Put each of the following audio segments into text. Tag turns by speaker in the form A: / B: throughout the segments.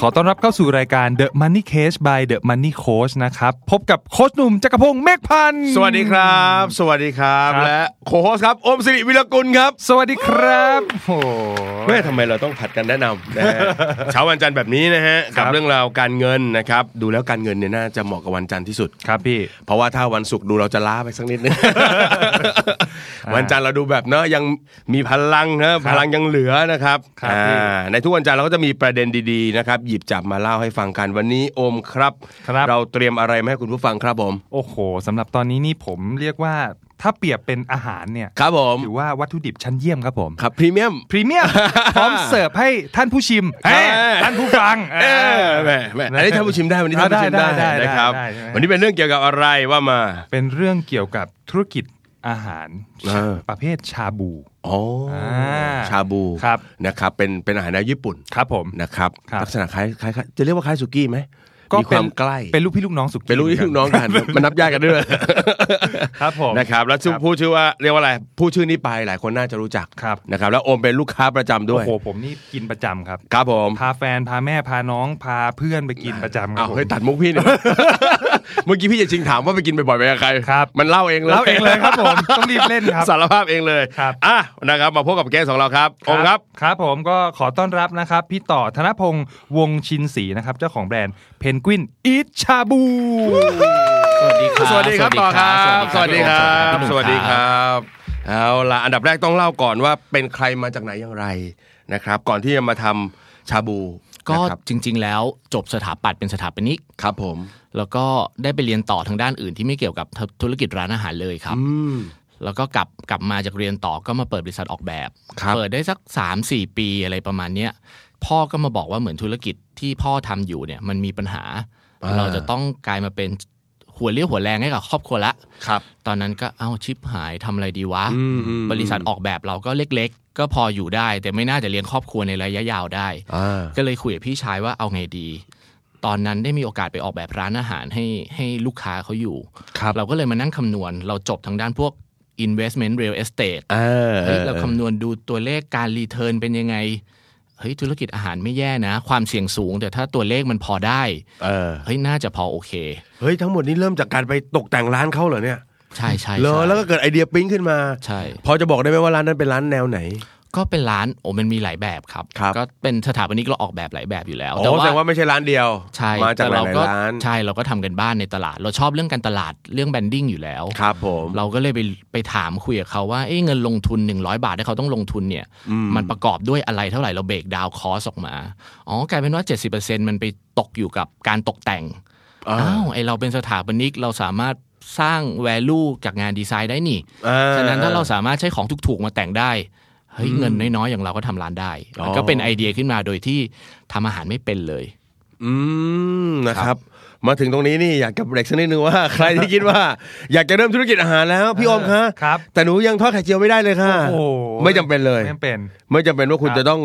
A: ขอต้อนรับเข้าสู่รายการ The Money Case by The Money Coach นะครับ พบกับโค้ชหนุ่มจักรพงศ์เมฆพันธ์
B: สวัสดีครับ สวัสดีครับ
A: ครับ
B: และโคโฮสครับ โอมสิริวิรกุลครับ
A: สวัสดีครับโอ้โห
B: แม่ทำไมเราต้องผัดกันแนะนำนะฮะ เช้าวันจันทร์แบบนี้นะฮะ
A: ครั
B: กับ บเรื่องราวการเงินนะครับ ดูแล้วการเงินเนี่ยน่าจะเหมาะกับวันจันทร์ที่สุด
A: ครับพี่
B: เพราะว่าถ้าวันศุกร์ดูเราจะล้าไปสัก นิดนึง วันจันทร์เราดูแบบเนอะยังมีพลังนะพลังยังเหลือนะครับ
A: ครับ
B: อ่า
A: พี่
B: ในทุกวันจันทร์เราก็จะมีประเด็นดีๆนะครับหยิบจับมาเล่าให้ฟังกันวันนี้โอมครับ
A: ครับ
B: เราเตรียมอะไรมาให้คุณผู้ฟังครับผม
A: โอ้โหสำหรับตอนนี้นี่ผมเรียกว่าถ้าเปรียบเป็นอาหารเนี่ย
B: ครับผม
A: ถือว่าวัตถุดิบชั้นเยี่ยมครับผม
B: ครับพรีเมียม
A: พรีเมียม พร้อม เสิร์ฟให้ท่านผู้ชิม
B: ครับ
A: เอ้ยท่านผู้ฟัง
B: เออแหมแหมอันนี้ท่านผู้ชิมได้วันนี้ท่านผู้ชิมได้
A: ได้ได้
B: นะครับ
A: ได้ได้ใช่ไหม
B: วันนี้เป็นเรื่องเกี่ยวกับอะไรว่ามา
A: เป็นเรื่องเกี่ยวกับธุรกิจอาหาร
B: เออ
A: ประเภทชาบู
B: อ๋ออา ชาบู
A: ครับ
B: นะครับ เป็นเป็นอาหารแนวญี่ปุ่น
A: ครับผม
B: นะครับ
A: ครับ
B: ลักษณะคล้ายคล้ายคล้ายจะเรียกว่าคล้ายสุกี้ไหมมีความใกล้
A: เป็นลูกพี่ลูกน้องสุกี้
B: เป็นลูกพี่ลูกน้องกันมันนับญาติกันด้วย
A: ครับผม
B: นะครับ แล้วชื่อ
A: ครับ
B: ผู้ชื่อว่าเรียกว่าอะไรผู้ชื่อนี้ไปหลายคนน่าจะรู้จัก
A: ครับ
B: นะครับ แล้วโอมเป็นลูกค้าประจำด้
A: โอ้
B: วย
A: โหผมนี่กินประจำครับ
B: ครับผม
A: พาแฟนพาแม่พาน้องพาเพื่อนไปกินประจำครั
B: เอา
A: บผม
B: เฮ้ยตัดมุกพี่เนี่ย เมื่อกี้พี่จะชิงถามว่าไปกินบ่อยๆไปกับใคร
A: ครับ
B: มันเล่าเองเลย
A: เล่าเองเลยครับ ผมต้องรีบเล่นครับ
B: สารภาพเองเลย
A: ครับ
B: อ่ะนะครับ มาพบกับแกสของเราครับองค์ครับ
A: ครับผมก็ขอต้อนรับนะครับ พี่ต่อธนพงศ์วงศ์ชินศรีนะครับ เจ้าของแบรนด์เพนกวินอีชาบู
C: สวัสดีครับ
B: สวัสดีครับต่อครับ สวัสดีครับ
C: พี่หนุ่ม
B: สวัสดีครับเอาล่ะอันดับแรกต้องเล่าก่อนว่าเป็นใครมาจากไหนอย่างไรนะครับ ก่อนที่จะมาทำชาบู
C: ก็
B: นะครับ
C: จริง ๆ แล้วจบสถาปัตย์เป็นสถาปนิก
B: ครับผม
C: แล้วก็ได้ไปเรียนต่อทางด้านอื่นที่ไม่เกี่ยวกับธุรกิจร้านอาหารเลยครับ
B: อืม
C: แล้วก็กลับกลับมาจากเรียนต่อก็มาเปิดบริษัทออกแบบ
B: ครับ
C: เปิดได้สัก 3 4 ปีอะไรประมาณเนี้ยพ่อก็มาบอกว่าเหมือนธุรกิจที่พ่อทำอยู่เนี่ยมันมีปัญหา เราจะต้องกลายมาเป็นหัวเลี้ยวหัวแรงให้กับครอบครัวละ
B: ครับ
C: ตอนนั้นก็เอ้าชิปหายทำอะไรดีวะ
B: อืมอืม
C: บริษัทออกแบบเราก็เล็ก ๆ ก็พออยู่ได้ แต่ไม่น่าจะเลี้ยงครอบครัวในระยะยาวได้
B: อ่า
C: ก็เลยคุยกับพี่ชายว่าเอาไงดี ตอนนั้นได้มีโอกาสไปออกแบบร้านอาหารให้ให้ลูกค้าเขาอยู่
B: ครับ
C: เราก็เลยมานั่งคำนวณ เราจบทางด้านพวก investment real estate
B: เออ
C: เฮ้ยเราคำนวณดูตัวเลขการรีเทิร์นเป็นยังไง เฮ้ยธุรกิจอาหารไม่แย่นะ ความเสี่ยงสูง แต่ถ้าตัวเลขมันพอได้
B: เออ
C: เฮ้ยน่าจะพอโอเค
B: เฮ้ยทั้งหมดนี้เริ่มจากการไปตกแต่งร้านเขาเหรอเนี่ย
C: ใช่ใช่
B: เหรอ
C: ใช่
B: แล้วก็เกิดไอเดียปิ้งขึ้นมา
C: ใช่
B: พอจะบอกได้ไหมว่าร้านนั้นเป็นร้านแนวไหน
C: ก็เป็นร้านโอ้มันมีหลายแบบครับ
B: ครับ
C: ก็เป็นสถาปนิกเราออกแบบหลายแบบอยู่แล้ว
B: อ๋อแสดงว่าไม่ใช่ร้านเดียว
C: ใช่
B: มาจากห
C: แต่เรา
B: ลาย
C: ก็
B: ๆร้าน
C: ใช่เราก็ทำกันบ้านในตลาด เราชอบเรื่องการตลาดเรื่องแบรนดิ้งอยู่แล้ว
B: ครับผม
C: เราก็เลยไปไปถามคุยกับเขาว่าเอ้ยเงินลงทุน 100 บาทที่เขาต้องลงทุนเนี่ย มันประกอบด้วยอะไรเท่าไหร่เราเบรกดาวคอสออกมา อ๋อกลายเป็นว่า 70%มันไปตกอยู่กับการตกแต่ง
B: อ่า
C: อ้าวไอเราเป็นสถาปนิกเราสามารถสร้าง value จากงานดีไซน์ได้นี่
B: อ่
C: ฉะนั้นถ้าเราสามารถใช้ของถูกๆมาแต่งได้เฮ้ยเงินน้อยๆอย่างเราก็ทำร้านได้มันก็เป็นไอเดียขึ้นมาโดยที่ทำอาหารไม่เป็นเลย
B: อืมนะครับ มาถึงตรงนี้นี่อยากจะเบรกสักนิดนึงว่า ใครที่คิดว่า อยากจะเริ่มธุรกิจอาหารแล้วพี่อมคะ
A: ครับ
B: แต่หนูยังทอดไข่เจียวไม่ได้เลยค่ะ
A: โอ้โห
B: ไม่จำเป็นเลย
A: ไม่จำเป็น
B: ไม่จำเป็นว่าคุณ
A: ครับ
B: จะต้อง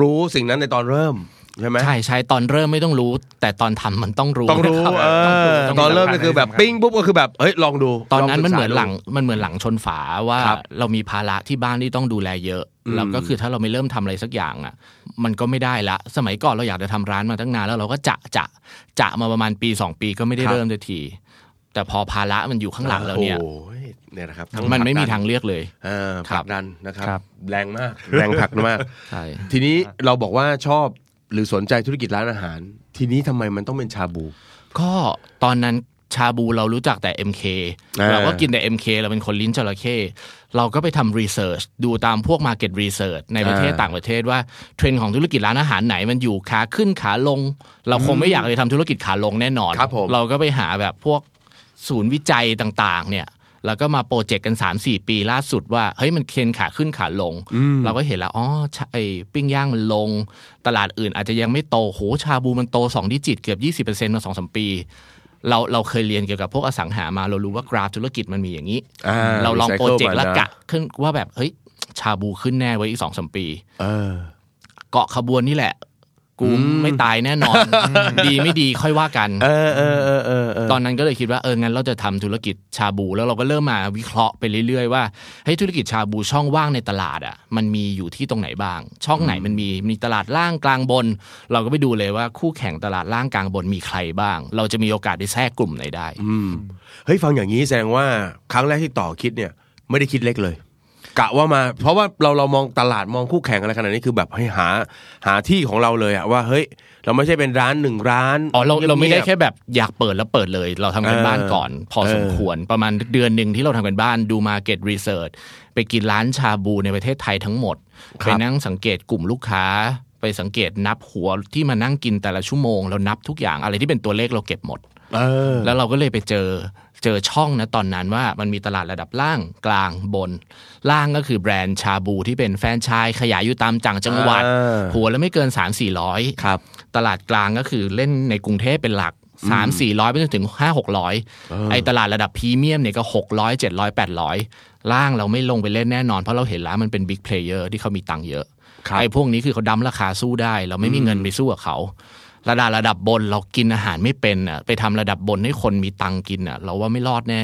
B: รู้สิ่งนั้นในตอนเริ่มใช่ไหม
C: ใช่ใช่ตอนเริ่มไม่ต้องรู้ แต่ตอนทำมันต้องรู้
B: ต้องรู้
C: นะคบ
B: เออ
C: ต้อง
B: ต
C: รู้
B: อนเริ่ม
C: ต้ง
B: ก็คือแบบปิ้งปุ๊บก็คือแบบเฮ้ยลองดู
C: ตอนนั้น
B: ง
C: มัน
B: ศึกษา
C: เหมือน
B: ดู
C: หลังมันเหมือนหลังชนฝาว่า
B: ครับ
C: เรามีภาระที่บ้านที่ต้องดูแลเยอะ แล้วก็คือถ้าเราไม่เริ่มทำอะไรสักอย่างอ่ะ มันก็ไม่ได้ละ สมัยก่อนเราอยากจะทำร้านมาตั้งนานแล้วเราก็จะจะจะมาประมาณปีสองปีก็ไม่ได้
B: ครับ
C: เริ่มสักที แต่พอภาระมันอยู่ข้างหลังแล้วเนี่ย
B: โอ้ยเนี่ยนะครับทั้
C: มันไม่มี
B: ผลักดั
C: ทางเลือกเลย
B: เออผ
C: ครั
B: ลั
C: บ
B: กดันนะครับ
A: ครับ
B: แรงมาก แรงผลักมาก
C: ใช่
B: ทีนี้เราบอกว่าชอบหรือสนใจธุรกิจร้านอาหาร ทีนี้ทำไมมันต้องเป็นชาบู
C: ก็ตอนนั้นชาบูเรารู้จักแต่ MK
B: อ่า
C: เราก็กินแต่ MK เราเป็นคนลิ้นจระเข้เราก็ไปทำรีเสิร์ชดูตามพวก Market Research ในประเทศต่างประเทศว่าเทรนด์ของธุรกิจร้านอาหารไหนมันอยู่ขาขึ้นขาลง เราคงไม่อยากไปทำธุรกิจขาลงแน่นอน
B: ครับผม
C: เราก็ไปหาแบบพวกศูนย์วิจัยต่างๆ เนี่ยแล้วก็มาโปรเจกต์กัน 3-4 ปีล่าสุดว่าเฮ้ยมันเทรนด์ขาขึ้นขาลง เราก็เห็นแล้วอ๋อชะไอ้ปิ้งย่างมันลง ตลาดอื่นอาจจะยังไม่โตโหชาบูมันโต 2 ดิจิต เกือบ 20%มาสองสามปี เราเราเคยเรียนเกี่ยวกับพวกอสังหามาเรารู้ว่ากราฟธุรกิจมันมีอย่างนี้
B: อ่า
C: เราลองโปรเจกต์
B: recycle
C: และ
B: มาน
C: กะขึ้นว่าแบบเฮ้ยชาบูขึ้นแน่ไว้ยอีกสองสามปี
B: เออ
C: เกาะขบวนนี่แหละ กูไม่ตายแน่นอน ดีไม่ดีค่อยว่ากัน
B: เออเออเออเออเออ
C: ตอนนั้นก็เลยคิดว่าเอองั้นเราจะทำธุรกิจชาบูแล้วเราก็เริ่มมาวิเคราะห์ไปเรื่อยๆว่าเฮ้ยธุรกิจชาบูช่องว่างในตลาดอ่ะมันมีอยู่ที่ตรงไหนบ้าง ช่องไหนมันมีมีตลาดล่างกลางบน เราก็ไปดูเลยว่าคู่แข่งตลาดล่างกลางบนมีใครบ้าง เราจะมีโอกาสได้แทรกกลุ่มไหนได้
B: อืมเฮ้ยฟังอย่างนี้แสดงว่าครั้งแรกที่ต่อคิดเนี่ย ไม่ได้คิดเล็กเลย กะว่ามา เพราะว่าเราเรามองตลาดมองคู่แข่งอะไรขนาดนี้คือแบบให้หาหาที่ของเราเลยอะว่าเฮ้ย เราไม่ใช่เป็นร้านหนึ่งร้าน
C: อ๋อเราเราไม่ได้
B: งียบๆ
C: แค่แบบอยากเปิดแล้วเปิดเลย เราทำกัน
B: เออ
C: บ้านก่อน พอสมควรประมาณเดือนหนึ่งที่เราทำกันบ้านดูมาเก็ตรีเสิร์ชไปกินร้านชาบูในประเทศไทยทั้งหมด
B: ค
C: ไป
B: รับ
C: นั่งสังเกตกลุ่มลูกค้า ไปสังเกตนับหัวที่มานั่งกินแต่ละชั่วโมงเรานับทุกอย่างอะไรที่เป็นตัวเลขเราเก็บหมด
B: เออ
C: แล้วเราก็เลยไปเจอเจอช่องนะตอนนั้นว่ามันมีตลาดระดับล่างกลางบน ล่างก็คือแบรนด์ชาบูที่เป็นแฟรนไชส์ขยายอยู่ตามจังจังหวัด
B: อ่า
C: หัวละไม่เกิน 3 4 0 0
B: ครับ
C: ตลาดกลางก็คือเล่นในกรุงเทพเป็นหลัก 3 4 0 0 ไปจนถึง 5 600 ไอ้ตลาดระดับพรีเมียมเนี่ยก็ 600 700 800 ล่างเราไม่ลงไปเล่นแน่นอน เพราะเราเห็นแล้วมันเป็นบิ๊กเพลเยอร์ที่เขามีตังค์เยอะ
B: ครับ
C: ไอ้พวกนี้คือเขาดั้มราคาสู้ได้ เราไม่มีเงินไปสู้กับเขา ระดับระดับบนเรากินอาหารไม่เป็นอ่ะไปทำระดับบนให้คนมีตังค์กินอ่ะเราว่าไม่รอดแน่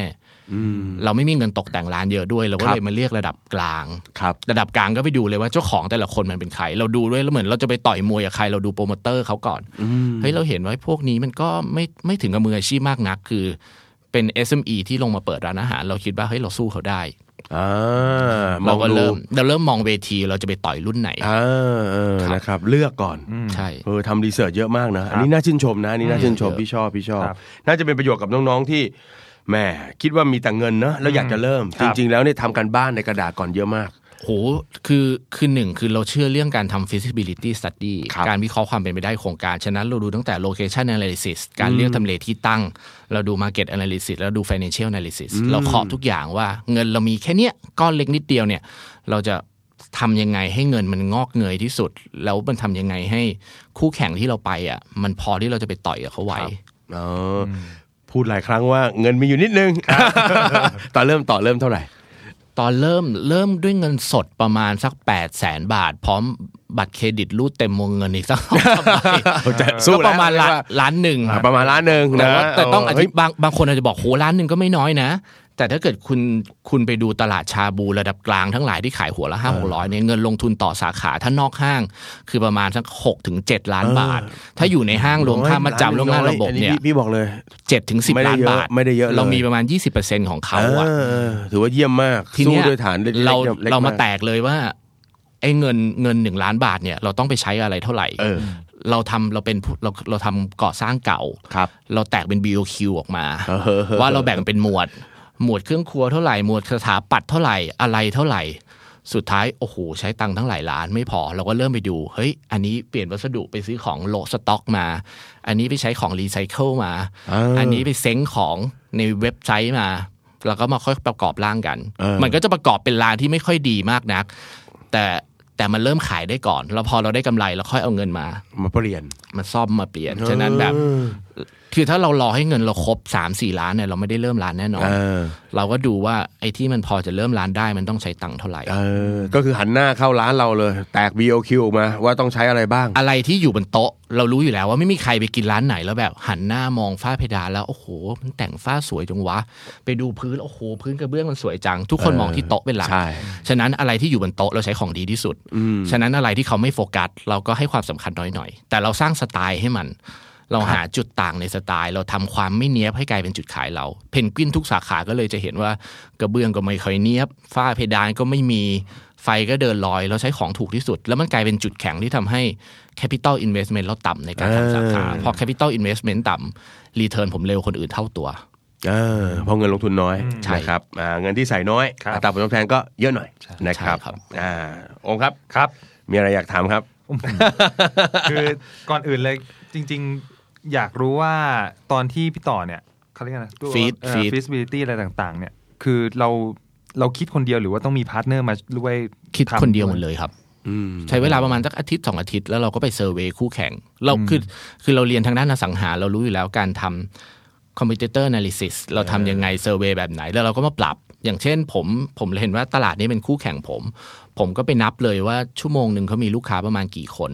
C: เราไม่มีเงินตกแต่งร้านเยอะด้วยเราก็เลยมาเรียกระดับกลาง
B: ครับ
C: ระดับกลางก็ไปดูเลยว่าเจ้าของแต่ละคนมันเป็นใคร เราดูด้วยแล้วเหมือนเราจะไปต่อยมวยกับใครเราดูโปรโมเตอร์เขาก่อนเฮ้ยเราเห็นว่าพวกนี้มันก็ไม่ไม่ถึงกับมืออาชีพมากนัก คือเป็น SME ที่ลงมาเปิดร้านอาหาร เราคิดว่าเฮ้ยเราสู้เขาได้
B: อ่า
C: เราก็
B: องดู
C: เริ่มเราเริ่มมองเวทีเราจะไปต่อยรุ่นไหน
B: อ่าเออ
C: ครับ
B: นะครับเลือกก่อน
C: ใช่
B: เออทำรีเสิร์ชเยอะมากนะ อันนี้น่าชื่นชมนะอันนี้น่าชื่นชม
C: เยอะ
B: พี่ชอบพี่ชอบ
A: ครับ
B: น่าจะเป็นประโยชน์กับน้องๆที่แหมคิดว่ามีแต่เงินเนอะแล้วอยากจะเริ่ม
A: ครั
B: จ
A: บ
B: ริงๆแล้วเนี่ยทำกันบ้านในกระดาษก่อนเยอะมาก
C: โหคือคือหนึ่งคือเราเชื่อเรื่องการทำ feasibility study
B: ครับ
C: การวิเคราะห์ความเป็นไปได้ของโครงการ ฉะนั้นเราดูตั้งแต่ location analysis การเลือกทำเลที่ตั้ง เราดู market analysis แล้วดู financial analysis เราเคาะทุกอย่างว่าเงินเรามีแค่เนี้ยก้อนเล็กนิดเดียวเนี่ย เราจะทำยังไงให้เงินมันงอกเงยที่สุด แล้วมันทำยังไงให้คู่แข่งที่เราไปอ่ะมันพอที่เราจะไปต่อยกับเขาไหว
B: ครับ เอออพูดหลายครั้งว่าเงินมีอยู่นิดนึ ง ตอนเริ่มต่อเริ่มเท่าไหร่
C: ตอนเริ่มเริ่มด้วยเงินสดประมาณสัก 8 0 0แสนบาท พร้อมบัตรเครดิตรูดเต็มวงเงินอีกสัก
B: เอาใจสู้
C: ก็
B: แล้ว
C: ประมาณล้าน
B: เรียกว่า
C: ล้านหนึ่ง
B: อ่ะประมาณล้านหนึ่ง
C: แต่
B: นะ
C: ว่าแต่ต้องอ
B: เ
C: ธิบางบางคนอาจจะบอกโหล้านหนึ่งก็ไม่น้อยนะ แต่ถ้าเกิดคุณคุณไปดูตลาดชาบูระดับกลางทั้งหลายที่ขายหัวละห้าหกร้อยเนี่ยเงินลงทุนต่อสาขาถ้านอกห้าง คือประมาณสักหกถึงเจ็ดล้านบาท ถ้าอยู่ในห้างรวมค่ามาจำรวมค่าระบบเนี่ย
B: อัพี่พี่บอกเลย
C: เจ็ดถึงสิบ
B: ไม่ได้
C: ล้าน
B: เยอะ
C: บาท
B: ไม่ได้เยอะเลย
C: เรามีประมาณยี่สิบเปอร์เซ็นต์ของเขาอะ
B: เออถือว่าเยี่ยมมาก
C: ที
B: สู้
C: เนี้ย
B: ด้วยฐานล็กๆ
C: เรา
B: ล็กๆ
C: เรามาก แตกเลยว่าไอ้เงินเงินหนึ่งล้านบาทเนี่ยเราต้องไปใช้อะไรเท่าไหร่
B: เออ
C: เราทำเราเป็นผู้เราเราทำก่อสร้างเก่า
B: ครับ
C: เราแตกเป็น BOQ ออกมา
B: เออ
C: ว่าเราแบ่งเป็นหมวด หมวดเครื่องครัวเท่าไหร่หมวดสถาปัตย์เท่าไหร่อะไรเท่าไหร่ สุดท้ายโอ้โหใช้ตังค์ทั้งหลายล้านไม่พอเราก็เริ่มไปดูเฮ้ยอันนี้เปลี่ยนวัสดุไปซื้อของโลสต็อกมา อันนี้ไปใช้ของรีไซเคิลมา
B: เอออั
C: อันนี้ไปเซ้งของในเว็บไซต์มา แล้วก็มาค่อยประกอบร่างกัน
B: เออ
C: มันก็จะประกอบเป็นร้านที่ไม่ค่อยดีมากนัก แต่แต่มันเริ่มขายได้ก่อน แล้วพอเราได้กำไรเราค่อยเอาเงินมา
B: มาเปลี่ยน
C: มาซ่อมมาเปลี่ยน ฉะนั้นแบบคือถ้าเรารอให้เงินเราครบ3ามสี่ล้านเนี่ยเราไม่ได้เริ่มร้านแน่นอน
B: เออ
C: เราก็ดูว่าไอ้ที่มันพอจะเริ่มร้านได้มันต้องใช้ตังค์เท่าไหร่
B: เออก็คือหันหน้าเข้าร้านเราเลย แตก BOQ ออกมาว่าต้องใช้อะไรบ้าง
C: อะไรที่อยู่บนโต๊ะ เรารู้อยู่แล้วว่าไม่มีใครไปกินร้านไหนแล้วแบบหันหน้ามองฝ้าเพดานแล้วโอ้โห มันแต่งฝ้าสวยจังวะ ไปดูพื้นโอ้โห พื้นกระเบื้องมันสวยจัง ทุกคนมองที่โต๊ะเป็นหลัก
B: ใช่
C: ฉะนั้นอะไรที่อยู่บนโต๊ะเราใช้ของดีที่สุด ฉะนั้นอะไรที่เขาไม่โฟกัส เราก็ให้ความสำคัญน้อยหน่อยแต่เราสร้างสไตล์ให้มัน เราหาจุดต่างในสไตล์ เราทำความไม่เนี้ยบให้กลายเป็นจุดขายเรา เพนกวินทุกสาขาก็เลยจะเห็นว่ากระเบื้องก็ไม่ค่อยเนี้ยบฝ้าเพดานก็ไม่มีไฟก็เดินลอย เราใช้ของถูกที่สุด แล้วมันกลายเป็นจุดแข็งที่ทำให้ Capital Investment เราต่ำในการทำสาขาพอ Capital Investment ต่ำรีเทิร์นผมเร็วคนอื่นเท่าตัว
B: เออเพราะเงินลงทุนน้อย
C: ใช่
B: นะครับอ่าเงินที่ใส่น้อย
A: ครับ
B: อัตราผลตอบแทนก็เยอะหน่อยนะครับ
C: ใช่ครับ
B: อ่าองค์ครับ
A: ครับ
B: มีอะไรอยากถามครับ
A: คือก่อนอื่นเลยจริงๆ อยากรู้ว่าตอนที่พี่ต่อเนี่ยเขาเรียกอะไรนะ
C: Feed- feed
A: ฟีดบิลิตี้อะไรต่างๆ เนี่ย คือเราเราคิดคนเดียวหรือว่าต้องมีพาร์ทเนอร์มาด้วย
C: คิด
A: ทำ
C: คนเดียวหมดเลยครับ ใช้เวลาประมาณสักอาทิตย์สองอาทิตย์แล้วเราก็ไปเซอร์เวยคู่แข่งเราคือคือเราเรียนทางด้านอสังหา เรารู้อยู่แล้วการทำคอมพิวเตอร์ a n a l y s i s เราทำยังไงเซอร์เวยแบบไหน แล้วเราก็มาปรับ อย่างเช่นผมผมเห็นว่าตลาดนี้เป็นคู่แข่งผม ผมก็ไปนับเลยว่าชั่วโมงหนึ่งเขามีลูกค้าประมาณกี่คน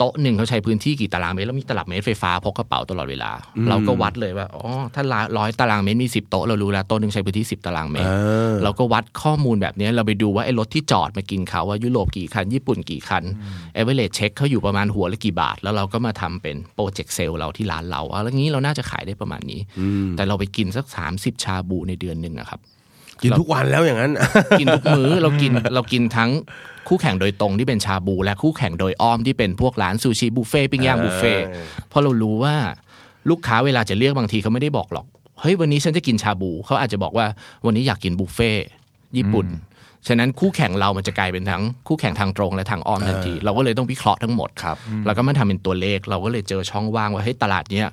C: โต๊ะหนึ่งเขาใช้พื้นที่กี่ตารางเมตรแล้วมีตลับเมตรไฟฟ้าพกกระเป๋าตลอดเวลา เราก็วัดเลยว่าอ๋อถ้าร้อยตารางเมตรมีสิบโต๊ะเรารู้แล้วโต๊ะหนึ่งใช้พื้นที่สิบตารางเมตร เราก็วัดข้อมูลแบบนี้เราไปดูว่าไอ้รถที่จอดมากินเขาว่ายุโรปกี่คัน ญี่ปุ่นกี่คันเอเวอเรจเช็คเขาอยู่ประมาณหัวละกี่บาท แล้วเราก็มาทำเป็นโปรเจกต์เซลเราที่ร้านเราเอาแล้วงี้เราน่าจะขายได้ประมาณนี้ แต่เราไปกินสัก 30 ชาบูในเดือนหนึ่งนะครับ
B: กินทุกวันแล้วอย่างนั้น
C: กินทุกมื้อเรากินเรากินทั้งคู่แข่งโดยตรงที่เป็นชาบู และคู่แข่งโดยอ้อมที่เป็นพวกร้านซูชิบุฟเฟ่ต์ปิ้งย่างบุฟเฟ่ต์เพราะเรารู้ว่าลูกค้าเวลาจะเลือกบางทีเขาไม่ได้บอกหรอกเฮ้ยวันนี้ฉันจะกินชาบูเขาอาจจะบอกว่าวันนี้อยากกินบุฟเฟ่ต์ญี่ปุ่น ฉะนั้นคู่แข่งเรามันจะกลายเป็นทั้งคู่แข่งทางตรงและทางอ้อมทันที เราก็เลยต้องวิเคราะห์ทั้งหมด
B: ครับ
C: แล้วก็มาทำเป็นตัวเลข เราก็เลยเจอช่องว่างว่าเฮ้ยตลาดเนี้ย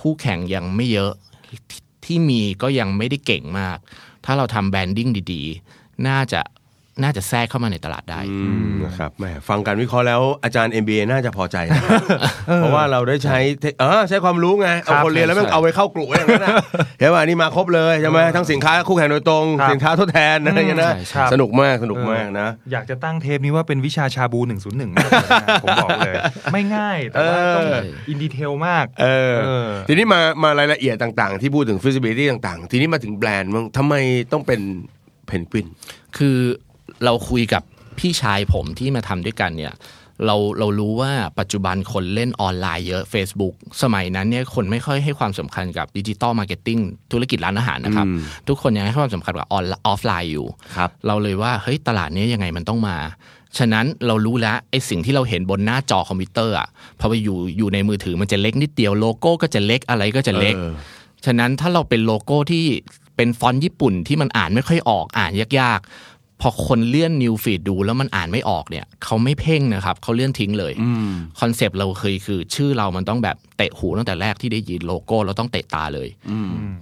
C: คู่แข่งยังไม่เยอะ ที่ที่มีก็ยังไม่ได้เก่งมาก ถ้าเราทำแบรนดิ้งดีๆ น่าจะน่าจะแทรกเข้ามาในตลาดได้
B: อืมนะครับแหมฟังการวิเคราะห์แล้วอาจารย์ MBA น่าจะพอใจนะ เพราะว่าเราได้ใช้เทคเออใช้ความรู้ไง เอาคนเรียนแล้วแม่ง
C: ใช่
B: เอาไปเข้ากลุ่มอย่างนั้นนะ เห็นว่านี่มาครบเลยใช่ไหมทั้งสินค้าคู่แข่งโดยตรง
A: ครับ
B: สินค้าทดแทนนะอะไรอย่างเงี้ยนะ
A: ใช่ครับ
B: สนุกมากสนุกมากนะ
A: อยากจะตั้งเทปนี้ว่าเป็นวิชาชาบู 101มากเลยนะผมบอกเลย ไม่ง่ายแต่ว่าต้องอินดีเทลมาก
B: เออ
A: เออ
B: ทีนี้มามารายละเอียดต่างๆ ที่พูดถึง feasibility ต่างๆ ทีนี้มาถึงแบรนด์มั้งทำไมต้องเป็นเพนกวิน
C: คือเราคุยกับพี่ชายผมที่มาทำด้วยกันเนี่ยเราเรารู้ว่าปัจจุบันคนเล่นออนไลน์เยอะ Facebook สมัยนั้นเนี่ยคนไม่ค่อยให้ความสำคัญกับดิจิตอลมาร์เก็ตติ้งธุรกิจร้านอาหารนะครับ ทุกคนยังให้ความสำคัญกับออนออฟไลน์อยู่
B: ครับ
C: เราเลยว่าเฮ้ยตลาดเนี้ยยังไงมันต้องมา ฉะนั้นเรารู้แล้วไอ้สิ่งที่เราเห็นบนหน้าจอคอมพิวเตอร์อ่ะพอไปอยู่อยู่ในมือถือมันจะเล็กนิดเดียวโลโก้ก็จะเล็กอะไรก็จะเล็ก
B: เออ
C: ฉะนั้นถ้าเราเป็นโลโก้ที่เป็นฟอนต์ญี่ปุ่นที่มันอ่านไม่ค่อยออกอ่านยากๆ พอคนเลื่อนนิวฟีดดูแล้วมันอ่านไม่ออกเนี่ยเขาไม่เพ่งนะครับเขาเลื่อนทิ้งเลยคอนเซปต์เราเคยคือชื่อเรามันต้องแบบเตะหูตั้งแต่แรกที่ได้ยินโลโก้เราต้องเตะตาเลย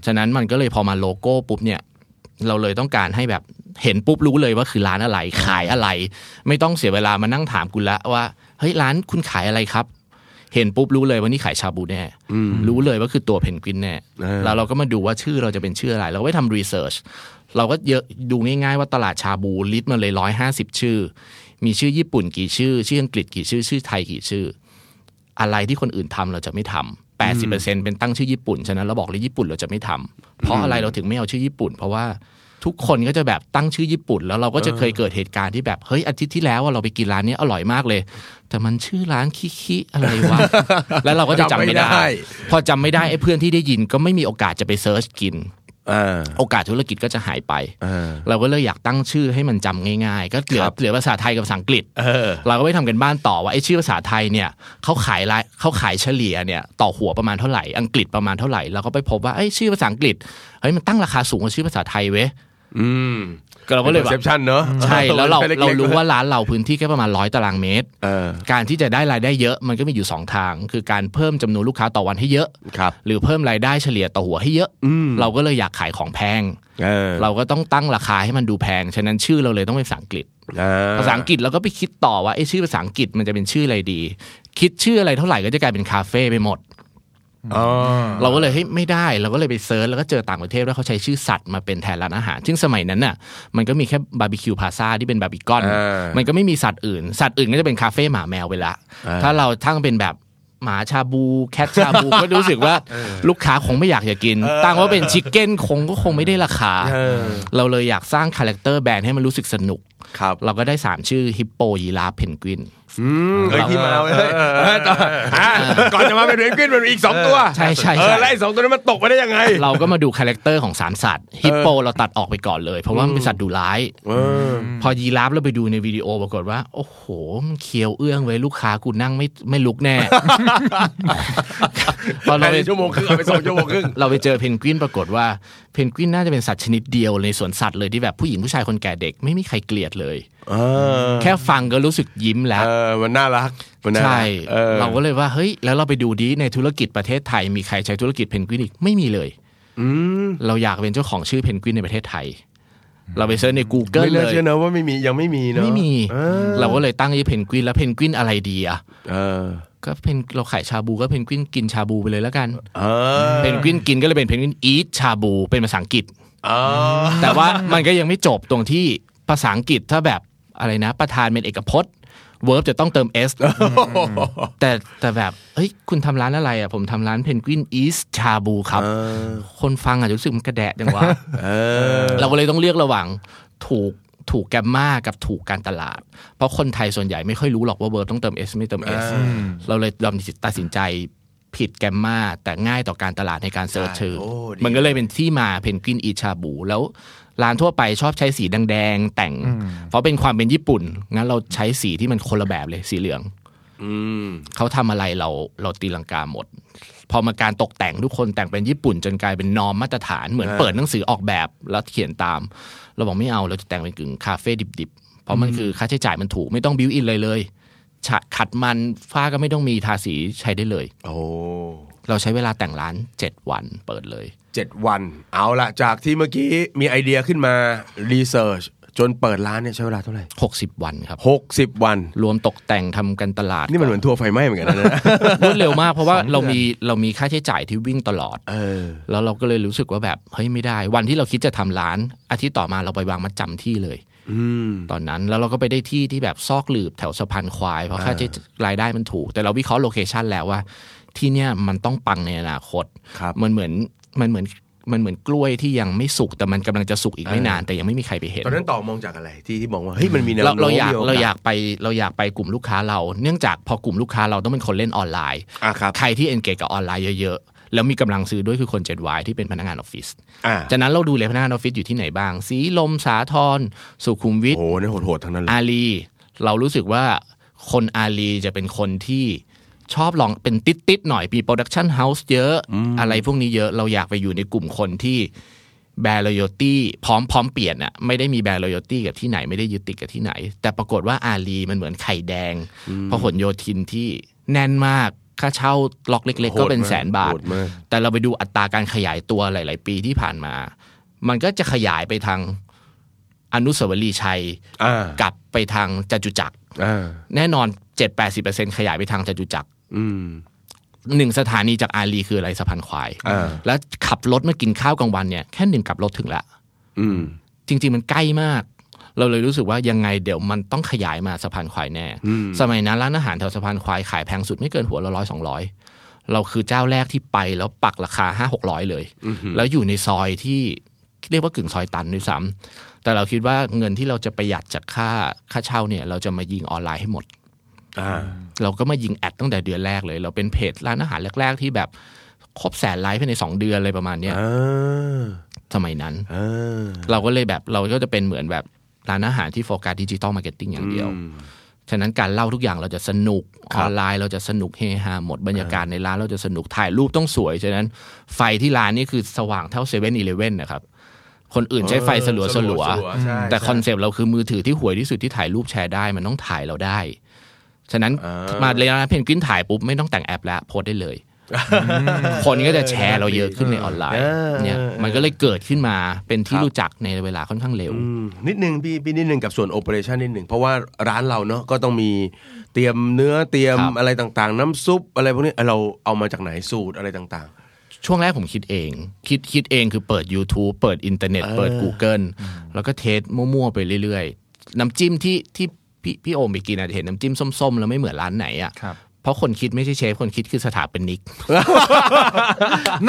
C: ฉะนั้นมันก็เลยพอมาโลโก้ปุ๊บเนี่ย เราเลยต้องการให้แบบเห็นปุ๊บรู้เลยว่าคือร้านอะไรขายอะไร ไม่ต้องเสียเวลามานั่งถามคุณละว่าเฮ้ยร้านคุณขายอะไรครับ เห็นปุ๊บรู้เลยว่านี่ขายชาบูแน่รู้เลยว่าคือตัวเพนกวินแน่แล้วเราก็มาดูว่าชื่อเราจะเป็นชื่ออะไร เราก็ไปทำรีเสิร์ชเราก็เยอะดูง่ายๆว่าตลาดชาบูลิสต์มาเลยร้อยห้าสิบชื่อ มีชื่อญี่ปุ่นกี่ชื่อ ชื่ออังกฤษกี่ชื่อชื่อไทยกี่ชื่อ อะไรที่คนอื่นทำเราจะไม่ทำ80%เป็นตั้งชื่อญี่ปุ่น ฉะนั้นเราบอกเลยญี่ปุ่นเราจะไม่ทำเพราะอะไรเราถึงไม่เอาชื่อญี่ปุ่น เพราะว่าทุกคนก็จะแบบตั้งชื่อญี่ปุ่น แล้วเราก็จะเคยเกิดเหตุการณ์ที่แบบเฮ้ยอาทิตย์ที่แล้วอะเราไปกินร้านเนี้ยอร่อยมากเลย แต่มันชื่อร้านคิคิอะไรวะ แล้วเราก็จะจำ
B: จำ
C: ไม่
B: ไม่ได้
C: ได้ พอจำไม่ได้ไอ้เพื่อนที่ได้ยินก็ไม่มีโอกาสจะไปเซิร์ชกิน
B: อ่า
C: โอกาสธุรกิจก็จะหายไป
B: อ่า
C: เราก็เลยอยากตั้งชื่อให้มันจำง่ายๆ ก็เหลือ
B: ครับ
C: เหลือภาษาไทยกับภาษาอังกฤษ
B: เออ
C: เราก็ไปทำกันบ้านต่อว่าไอ้ชื่อภาษาไทยเนี่ยเขาขายรายเขาขายเฉลี่ยเนี่ยต่อหัวประมาณเท่าไหร่อังกฤษประมาณเท่าไหร่เราก็ไปพบว่าไอ้ยชื่อภาษาอังกฤษเฮ้ยมันตั้งราคาสูงกว่าชื่อภาษาไทยเว้ย
B: อืม
C: ก็เราก็เลยแบ
B: เซ
C: บ
B: ปชันเนอะ
C: ใช่แล้วเรา
B: ป็นล็กๆ
C: เรารู้ว่าร้านเราพื้นที่แค่ประมาณร้อยตารางเมตร
B: เออ
C: การที่จะได้รายได้เยอะมันก็มีอยู่สองทาง คือการเพิ่มจำนวนลูกค้าต่อวันให้เยอะ
B: ครับ
C: หรือเพิ่มรายได้เฉลี่ยต่อหัวให้เยอะ เราก็เลยอยากขายของแพง
B: เออ
C: เราก็ต้องตั้งราคาให้มันดูแพงฉะนั้นชื่อเราเลยต้องเป็นภาษาอังกฤษ
B: อ่
C: ภาษาอังกฤษเราก็ไปคิดต่อว่าไอ้ชื่อภาษาอังกฤษมันจะเป็นชื่ออะไรดี คิดชื่ออะไรเท่าไหร่ก็จะกลายเป็นคาเฟ่ไปหมด
B: อ๋อ
C: เราก็เลยเฮ้ยไม่ได้เราก็เลยไปเซิร์ชแล้วก็เจอต่างประเทศว่าเขาใช้ชื่อสัตว์มาเป็นแทนร้านอาหาร ซึ่งสมัยนั้นน่ะมันก็มีแค่บาร์บีคิวพาซาที่เป็นบาร์บีคอน
B: อ่ามั
C: มันก็ไม่มีสัตว์อื่น สัตว์อื่นก็จะเป็นคาเฟ่หมาแมวไปละ
B: อ่า
C: ถ้าเราทั้งเป็นแบบหมาชาบูแคทชา บู ก็รู้สึกว่าลูกค้าคงไม่อยากจะกิน ตั้งว่าเป็นชิคเก้นคงก็คงไม่ได้ราคา
B: เออ
C: เราเลยอยากสร้างคาแรคเตอร์แบรนด์ให้มันรู้สึกสนุก
B: ครับ
C: เราก็ได้สามชื่อฮิปโปยีราฟเพนก วิน
B: อืมเอ้ยที่มาเว้ยเฮ้ยเฮ้ยต่ออ่ะก่อนจะมาเป็นเพนกวินมันมีอีกสองตัว
C: ใช่ใช่
B: เอ
C: ใช่
B: อแล้วไอ้สองตัวนั้นมันตกไปได้ยังไง
C: เราก็มาดูคาแรคเตอร์ของสามสัตว์ฮิปโปเราตัดออกไปก่อนเลย เพราะว่ามันเป็นสัตว์ดุร้าย
B: เออ
C: พอยีราฟเราไปดูในวิดีโอปรากฏว่า โอ้โห มันเคี้ยวเอื้องไว้ยลูกค้ากูนั่งไม่ไม่ลุกแน่ พอ
B: ภาย
C: เราไป
B: ในชั่วโมงครึ่งเอาไปส องชั่วโมงครึ่ง
C: เราไปเจอเพนกวินปรากฏว่าเพนกวินน่าจะเป็นสัตว์ชนิดเดียวในสวนสัตว์เลยที่แบบผู้หญิงผู้ชายคนแก่เด็กไม่มีใครเกลียดเลย
B: เออ
C: แค่ฟังก็รู้สึกยิ้มแล้ว
B: เออมันน่ารักมันน่ารัก
C: ใช่
B: เออ
C: เราก็เลยว่าเฮ้ยแล้วเราไปดูดีในธุรกิจประเทศไทย มีใครใช้ธุรกิจเพนกวินอีกไม่มีเลย
B: อืม
C: เราอยากเป็นเจ้าของชื่อเพนกวินในประเทศไทย เราไปเซิร์ชใน Google
B: ไม่
C: เล
B: น่าเชื่อย นะว่าไม่มียังไม่มีเนอะ
C: ไม่มี
B: เออ
C: เราก็เลยตั้งยี่เพนกวินแล้วเพนกวินอะไรดีอะ
B: เออ
C: ก็เพนเราขายชาบูก็เพนกวินกินชาบูไปเลยแล้วกัน
B: เออ
C: เพนกวินกินก็เลยเป็นเพนกวินอีทชาบูเป็นภาษาอังกฤษ
B: อ๋อ
C: แต่ว่ามันก็ยังไม่จบตรงที่ภาษาอังกฤษถ้าแบบอะไรนะ ประธานเป็นเอกพจน์เวิร์บจะต้องเติม s แต่แต่แบบเฮ้ยคุณทำร้านอะไรอ่ะผมทำร้านเพนกวินอีสชาบูครับ คนฟังอาจจะรู้สึกมันกระแดะจังวะ
B: เออ
C: เราก็เลยต้องเลือกระหว่างถูกถูกแกมมากับถูกการตลาด เพราะคนไทยส่วนใหญ่ไม่ค่อยรู้หรอกว่าเวิร์บต้องเติม S ไม่เติม S
B: อ่า
C: เราเลยยอมตัดสินใจผิดแกมมาแต่ง่ายต่อการตลาดในการเซิร์ชชื่อ
B: โอ้ดี
C: มันก็เลยเป็นที่มาเพนกวินอีชาบู แล้วร้านทั่วไปชอบใช้สีแดงๆแต่ง เพราะเป็นความเป็นญี่ปุ่น งั้นเราใช้สีที่มันคนละแบบเลยสีเหลือง
B: อืม
C: เขาทำอะไรเราเราตีลังกาหมด พอมาการตกแต่งทุกคนแต่งเป็นญี่ปุ่นจนกลายเป็นนอมมาตรฐานเหมือน
B: อ่า
C: เปิดหนังสือออกแบบแล้วเขียนตาม เราบอกไม่เอาเราจะแต่งเป็นกึ่งคาเฟ่ดิบๆ เพราะมันคือค่าใช้จ่ายมันถูกไม่ต้องบิวอินเลยเลยฉะขัดมันฝ้าก็ไม่ต้องมีทาสีใช้ได้เลย
B: โอ้
C: เราใช้เวลาแต่งร้าน 7 วันเปิดเลย
B: เจ็ดวัน เอาละจากที่เมื่อกี้มีไอเดียขึ้นมารีเสิร์ชจนเปิดร้านเนี่ยใช้เวลาเท่าไหร่
C: 60 วันครับ
B: หกสิบวัน
C: รวมตกแต่งทำกันตลาด
B: นี่มันเหมือนทัวร์ไฟไหม้เหมือนกันนะเนี่ย
C: รวดเร็วมากเพราะว่าเรามีเรามีค่าใช้จ่ายที่วิ่งตลอด
B: เออ
C: แล้วเราก็เลยรู้สึกว่าแบบเฮ้ยไม่ได้ วันที่เราคิดจะทำร้าน อาทิตย์ต่อมาเราไปวางมัดจำที่เลย
B: อืม
C: ตอนนั้นแล้วเราก็ไปได้ที่ที่แบบซอกหลืบแถวสะพานควาย เพราะค่าใช้รายได้มันถูก แต่เราวิเคราะห์โลเคชันแล้วว่า ที่เนี่ยมันต้องปังในอนาคต
B: ครับ
C: มันเหมือนมันเหมือนมันเหมือนกล้วยที่ยังไม่สุกแต่มันกำลังจะสุกอีกไม่นาน แต่ยังไม่มีใครไปเห็น
B: ตอนนั้นต่อมองจากอะไรที่ที่มองว่าเฮ้ยมันมีแนว
C: เรา
B: โน้ม
C: เราอยาก
B: มีโส
C: เราอยากไปเราอยากไปกลุ่มลูกค้าเรา เนื่องจากพอกลุ่มลูกค้าเราต้องเป็นคนเล่นออนไลน์
B: อ่ะครับ
C: ใครที่เอนเกจกับออนไลน์เยอะๆ แล้วมีกำลังซื้อด้วยคือคน Gen Y ที่เป็นพนักงานออฟฟิศ
B: อ่ะ
C: จากนั้นเราดูเลยพนักงานออฟฟิศอยู่ที่ไหนบ้าง สีลมสาทรสุขุมวิท
B: โอ้โหนั่นโหดๆทั้งนั้นเลย
C: อารีเรารู้สึกว่าคนอารีจะเป็นคนที่ชอบลองเป็นติดติดๆหน่อยมีโปรดักชันเฮาส์เยอะ อะไรพวกนี้เยอะเราอยากไปอยู่ในกลุ่มคนที่แบร y a l ตี้พร้อมพร้อมเปลี่ยนอะไม่ได้มีแบร y a l ตี้กับที่ไหนไม่ได้ยึดติดกับที่ไหน แต่ปรากฏว่าอารีมันเหมือนไข่แดงพหลโยธินที่แน่นมากค่าเช่าล็อกเล็ก ๆ ก็เป็นแสนบาท
B: โหดมาก
C: แต่เราไปดูอัตราการขยายตัวหลาย ๆ ปีที่ผ่านมา มันก็จะขยายไปทางอนุสาวรีย์ชัย
B: อ่ะ
C: กลับไปทางจตุจักร
B: อ่ะ
C: แน่นอน 7-80%ขยายไปทางจตุจักร
B: อืม
C: หนึ่งสถานีจากอารีคืออะไรสะพานควาย
B: อ่า
C: แล้วขับรถมากินข้าวกลางวันเนี่ย แค่หนึ่งกลับรถถึงละ
B: อืม
C: จริง ๆ มันใกล้มาก เราเลยรู้สึกว่ายังไงเดี๋ยวมันต้องขยายมาสะพานควายแน่ สมัยนั้นร้านอาหารแถวสะพานควายขายแพงสุดไม่เกินหัวละร้อยสองร้อยเราคือเจ้าแรกที่ไปแล้วปักราคาห้าหกร้อยเลย แล้วอยู่ในซอยที่เรียกว่ากึ่งซอยตันด้วยซ้ำแต่เราคิดว่าเงินที่เราจะประหยัดจากค่าค่าเช่าเนี่ย เราจะมายิงออนไลน์ให้หมด
B: อ่า
C: เราก็มายิงแอดตั้งแต่เดือนแรกเลย เราเป็นเพจร้านอาหารแรก ๆ ที่แบบครบแสนไลค์ภายในสองเดือนอะไรประมาณเนี้ย
B: อ่า
C: สมัยนั้น
B: อ่า
C: เราก็เลยแบบเราก็จะเป็นเหมือนแบบร้านอาหารที่โฟกัสดิจิตอลมาร์เก็ตติ้งอย่างเดียว ฉะนั้นการเล่าทุกอย่างเราจะสนุก
B: ค
C: อ
B: รับ
C: อนไลน์เราจะสนุกเฮฮาหมดบรรยากาศในร้านเราจะสนุกถ่ายรูปต้องสวย ฉะนั้นไฟที่ร้านนี่คือสว่างเท่าเซเว่นอีเลเว่นนะครับ คนอื่นใช้ไฟสลัวสลัวๆ
B: ใช่
C: แต่คอน
B: ใช่
C: เซปต์เราคือมือถือที่ห่วยที่สุดที่ถ่ายรูปแชร์ได้มันต้องถ่ายเราได้ ฉะนั้น
B: อ่าม
C: มาเลยนะเพนกวินถ่ายปุ๊บไม่ต้องแต่งแอปแล้วโพสต์ได้เลย คนก็จะแชร์เราเยอะขึ้นในออนไลน์เนี่ยมันก็เลยเกิดขึ้นมาเป็นที่รู้จักในเวลาค่อนข้างเร็ว
B: อืมนิดนึงพี่พี่นิดนึงกับส่วนโอเปอเรชันนิดนึงเพราะว่าร้านเราเนอะก็ต้องมีเตรียมเนื้อเตรียม
C: ครับ
B: อะไรต่างๆ น้ำซุปอะไรพวกนี้เราเอามาจากไหนสูตรอะไรต่าง
C: ช่วงแรกผมคิดเอง คิดคิดเองคือเปิด YouTube เปิดอินเทอร์เน็ต เปิด Google แล้วก็เทสมั่วๆ ไปเรื่อยๆ น้ำจิ้มที่ที่พี่พี่โอมไปกินอาจจะเห็นน้ำจิ้มส้มๆ แล้วไม่เหมือนร้านไหนอ่ะ
A: ครับ
C: เพราะคนคิดไม่ใช่เชฟ คนคิดคือสถาปนิก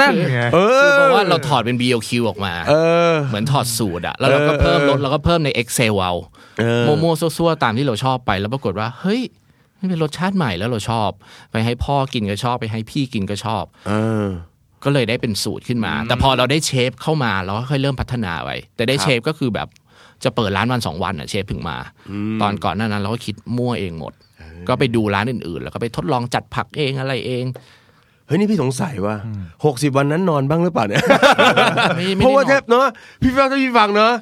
A: นั่นไง
C: คือเพราะว่าเราถอดเป็น BOQ ออกมา
B: ๆ เออ
C: เหมือนถอดสูตรอะแล้วเราก็เพิ่มลดเราก็เพิ่มใน Excel เอา
B: เออ
C: โมโม่วซั่วๆ ตามที่เราชอบไปแล้วปรากฏว่าเฮ้ยมันเป็นรสชาติใหม่แล้วเราชอบ ไปให้พ่อกินก็ชอบไปให้พี่กินก็ชอบ
B: เออ
C: ก็เลยได้เป็นสูตรขึ้นมา แต่พอเราได้เชฟเข้ามาเราก็ค่อยเริ่มพัฒนาไปแต่ได้เชฟก็คือแบบจะเปิดร้านวันสองวันอ่ะเชฟถึงมา ตอนก่อนหนานั้นเราก็คิดมั่วเองหมด ก็ไปดูร้านอื่นๆ แล้วก็ไปทดลองจัดผักเองอะไรเอง
B: เฮ้ยนี่พี่สงสัยว่าหกสิบวันนั้นนอนบ้างหรือเปล่าเนี่ย
C: ไม่ไม่ได้นอน
B: เพราะว่าแทบเนาะพี่ฟังถ้าพี่ฟังเนาะ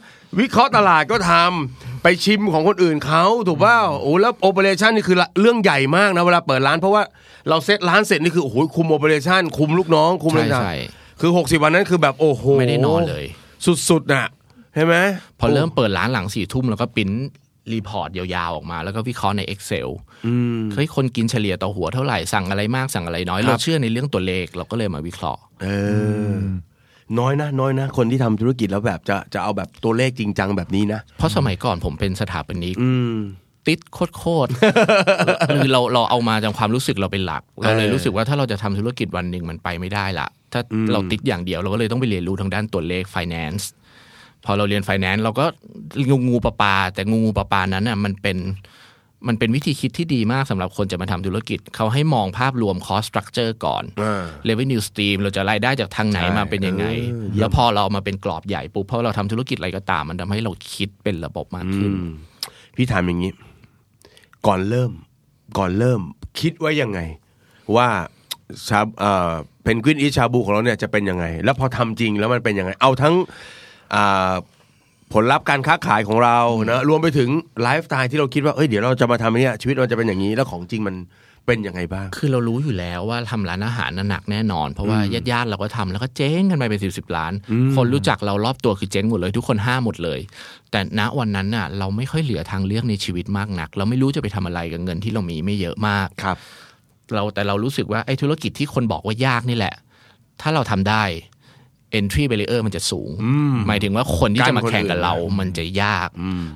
B: วิเคราะห์ตลาดก็ทำไปชิมของคนอื่นเขาถูกเปล่าโอ้แล้วโอเปอเรชันนี่คือละเรื่องใหญ่มากนะเวลาเปิดร้านเพราะว่าเราเซตร้านเสร็จนี่คือโอ้โหคุมโอเปอเรชันคุมลูกน้องคุมอะไร
C: ใช่
B: ต่าง
C: ใช่
B: คือ 60 วันนั้นคือแบบโอ้โห
C: ไม่ได้นอนเลย
B: สุดๆน่ะใช่ไหม
C: พอเริ่มเปิดร้านหลังสี่ทุ่มแล้วก็ปริ้นรีพอร์ตยาวๆ ออกมา แล้วก็วิเคราะห์ใน Excel เฮ้ยคนกินเฉลี่ยต่อหัวเท่าไหร่ สั่งอะไรมากสั่งอะไรน้อย เราเชื่อในเรื่องตัวเลขเราก็เลยมาวิเคราะห์
B: เออ น้อยนะ น้อยนะ คนที่ทำธุรกิจแล้วแบบจะจะเอาแบบตัวเลขจริงจังแบบนี้นะ
C: เพราะสมัยก่อนผมเป็นสถาปนิก
B: อืม
C: ติดโคตรๆ คือเราเราเอามาจากความรู้สึกเราเป็นหลัก เราเลย
B: เออ
C: รู้สึกว่าถ้าเราจะทำธุรกิจวันหนึ่งมันไปไม่ได้ละ ถ้า
B: อืม
C: เราติดอย่างเดียวเราก็เลยต้องไปเรียนรู้ทางด้านตัวเลข finance พอเราเรียน finance เราก็งูงูปลาปลาแต่งูงูปลาปลานั้นน่ะมันเป็นมันเป็นวิธีคิดที่ดีมากสำหรับคนจะมาทำธุรกิจ เขาให้มองภาพรวม cost structure ก่อน
B: อ่า
C: revenue stream เราจะรายได้จากทางไหน
B: ใช่
C: มาเป็นยังไง
B: เออเยี่ยม
C: แล้วพอเราเอามาเป็นกรอบใหญ่ปุ๊บเพราะเราทำธุรกิจอะไรก็ตาม มันทำให้เราคิดเป็นระบบมากขึ้น
B: พี่ถามอย่างนี้ ก่อนเริ่ม ก่อนเริ่ม คิดไว้ยังไง ว่าชาเอ่อเพนกวินอิชาบูของเราเนี่ยจะเป็นยังไง แล้วพอทำจริงแล้วมันเป็นยังไง เอาทั้งอ่าผลลัพธ์การค้าขายของเรานะรวมไปถึงไลฟ์สไตล์ที่เราคิดว่าเอ้ยเดี๋ยวเราจะมาทำอันเนี่ยชีวิตเราจะเป็นอย่างนี้ แล้วของจริงมันเป็นยังไงบ้าง
C: คือเรารู้อยู่แล้วว่าทำร้านอาหารน่ะหนักแน่นอน เพราะว่าญาติๆเราก็ทำแล้วก็เจ๊งกันไปเป็นสิบสิบล้าน คนรู้จักเรารอบตัวคือเจ๊งหมดเลย ทุกคนห้ามหมดเลย แต่ณวันนั้นน่ะเราไม่ค่อยเหลือทางเลือกในชีวิตมากนัก เราไม่รู้จะไปทำอะไรกับเงินที่เรามีไม่เยอะมาก
B: ครับ
C: เราแต่เรารู้สึกว่าไอ้ธุรกิจที่คนบอกว่ายากนี่แหละ ถ้าเราทำได้ entry barrier มันจะสูง หมายถึงว่าคนที่จะมาแข่งกับเรา มันจะยาก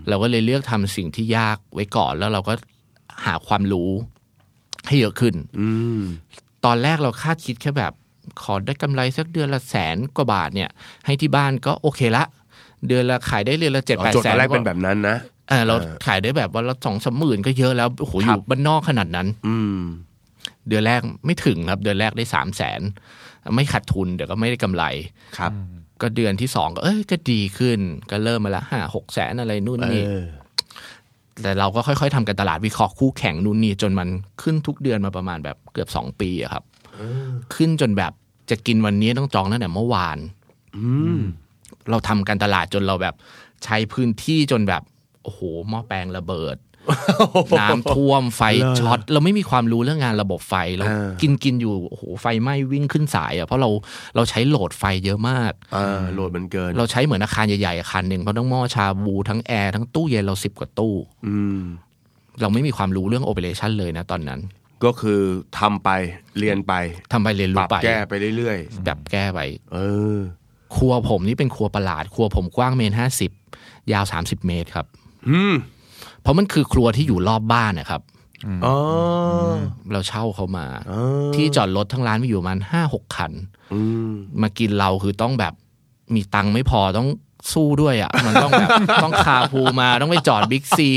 C: เราก็เลยเลือกทำสิ่งที่ยากไว้ก่อนแล้วเราก็หาความรู้ให้เยอะขึ้น
B: อืม
C: ตอนแรกเราคาดคิดแค่แบบ ขอได้กำไรสักเดือนละแสนกว่าบาทเนี่ย ให้ที่บ้านก็โอเคละ เดือนละขายได้เดือนละเจ็ดแปด
B: จด
C: แสน
B: อันแรกเป็นแบบนั้นนะ
C: เออเราขายได้แบบวันละสองสามหมื่นก็เยอะแล้วโอ้โหอ
B: ครับ
C: ยู่บ้านนอกขนาดนั้น
B: อืม
C: เดือนแรกไม่ถึงครับเดือนแรกได้สามแสนไม่ขาดทุนเดี๋ยวก็ไม่ได้กำไร
B: ครับ
C: ก็เดือนที่สองก็เอ้ยก็ดีขึ้น ก็เริ่มมาละห้าหกแสนอะไรนู่น
B: เอ
C: นี่
B: อ
C: แต่เราก็ค่อยๆทำการตลาดวิเคราะห์คู่แข่งนู่นนี่จนมันขึ้นทุกเดือนมาประมาณแบบเกือบ 2 ปีอะครับ ขึ้นจนแบบจะกินวันนี้ต้องจองตั้งแต่เมื่อวาน เราทำการตลาดจนเราแบบใช้พื้นที่จนแบบ โอ้โหหม้อแปลงระเบิด น้ำท่วมไฟ
B: เหรอ
C: ช็อตเราไม่มีความรู้เรื่องงานระบบไฟเรา
B: อ่า
C: กินกินอยู่โอ้โหไฟไหม้วิ่งขึ้นสายอะเพราะเราเราใช้โหลดไฟเยอะมาก
B: อ่าโหลดมันเกิน
C: เราใช้เหมือนอาคารใหญ่ๆอาคารหนึ่งเพราะทั้งหม้อชาบูทั้งแอร์ทั้งตู้เย็นเราสิบกว่าตู้
B: อืม
C: เราไม่มีความรู้เรื่องโอเปอเรชันเลยนะตอนนั้น
B: ก็คือทำไปเรียนไป
C: ทำไปเรียน
B: ป
C: รู้
B: รับ
C: ไป
B: แก้ไปเรื่อย
C: แบบแก้ไป
B: ๆ เออ
C: ครัวผมนี่เป็นครัวประหลาด ครัวผมกว้างเมตรห้าสิบยาวสามสิบเมตรครับ
B: อืม
C: เพราะมันคือครัวที่อยู่รอบบ้านนะครับ
B: อ๋อ
C: เราเช่าเขามา
B: ออ
C: ที่จอดรถทั้งร้านมีอยู่ประมันห้าหกคัน
B: อืม
C: มากินเราคือต้องแบบมีตังค์ไม่พอต้องสู้ด้วยอ่ะ มันต้อง แบบ ต้องคาพูมาต้องไปจอดบิ๊กซี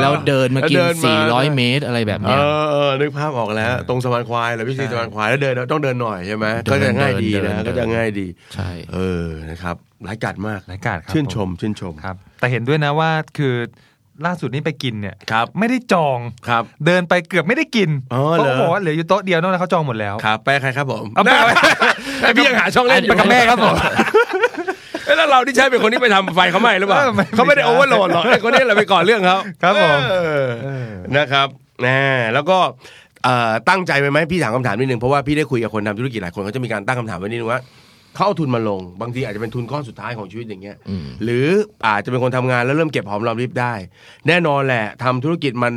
C: แล้วเดินมากิน
B: เดินมา
C: สี่ร้อยเมตรอะไรแบบ
B: เอ
C: เนี้ย
B: อเออนึกภาพออกแล้ว ตรงสะพานควายแล้วพี่ซีสะพานควายแล้วเดินต้องเดินหน่อยใช่ไหม
C: เดิน
B: ก็จะง่ายดี
C: เดิน
B: นะ
C: เดิน
B: ก็จะง่ายดี
C: ใช่
B: เออนะครับรายการมาก
A: รายการครับ
B: ชื่นช
A: ผม
B: ชื่นชม
A: มครับ แต่เห็นด้วยนะว่าคือล่าสุดนี้ไปกินเนี่ย
B: ครับ
A: ไม่ได้จอง
B: ครับ
A: เดินไปเกือบไม่ได้กิน
B: อ๋อเหรอ
A: เขาบอกว่าเหลืออยู่โต๊ะเดียวนอกนั้นเขาจองหมดแล้ว
B: ครับไปใครครับผม
A: เอาไป
B: ไอพี่ยังหาช่องเล่นอยู่
A: ไปกับแม่ครับผม
B: เอ้ยแล้วเราที่ใช่เป็นคนที่ไปทำไฟเขาไหม้หรือเปล่า
A: เออไม่
B: เขาไม่ได้
A: ไม่ใช่
B: โอเวอร์โหลดหรอกไอ้คนนี้เราไปก่อนเรื่องเขา
A: ครับผม
B: เออนะครับนะแล้วก็เอ่อตั้งใจไปไหมพี่ถามคำถามนิดนึงเพราะว่าพี่ได้คุยกับคนทำธุรกิจหลายคนเขาจะมีการตั้งคำถามไว้นิดนึงว่าเขาเอาทุนมาลง บางทีอาจจะเป็นทุนก้อนสุดท้ายของชีวิตอย่างเงี้ย
C: อืม
B: หรืออาจจะเป็นคนทำงานแล้วเริ่มเก็บหอมรอมริบได้ แน่นอนแหละทำธุรกิจมัน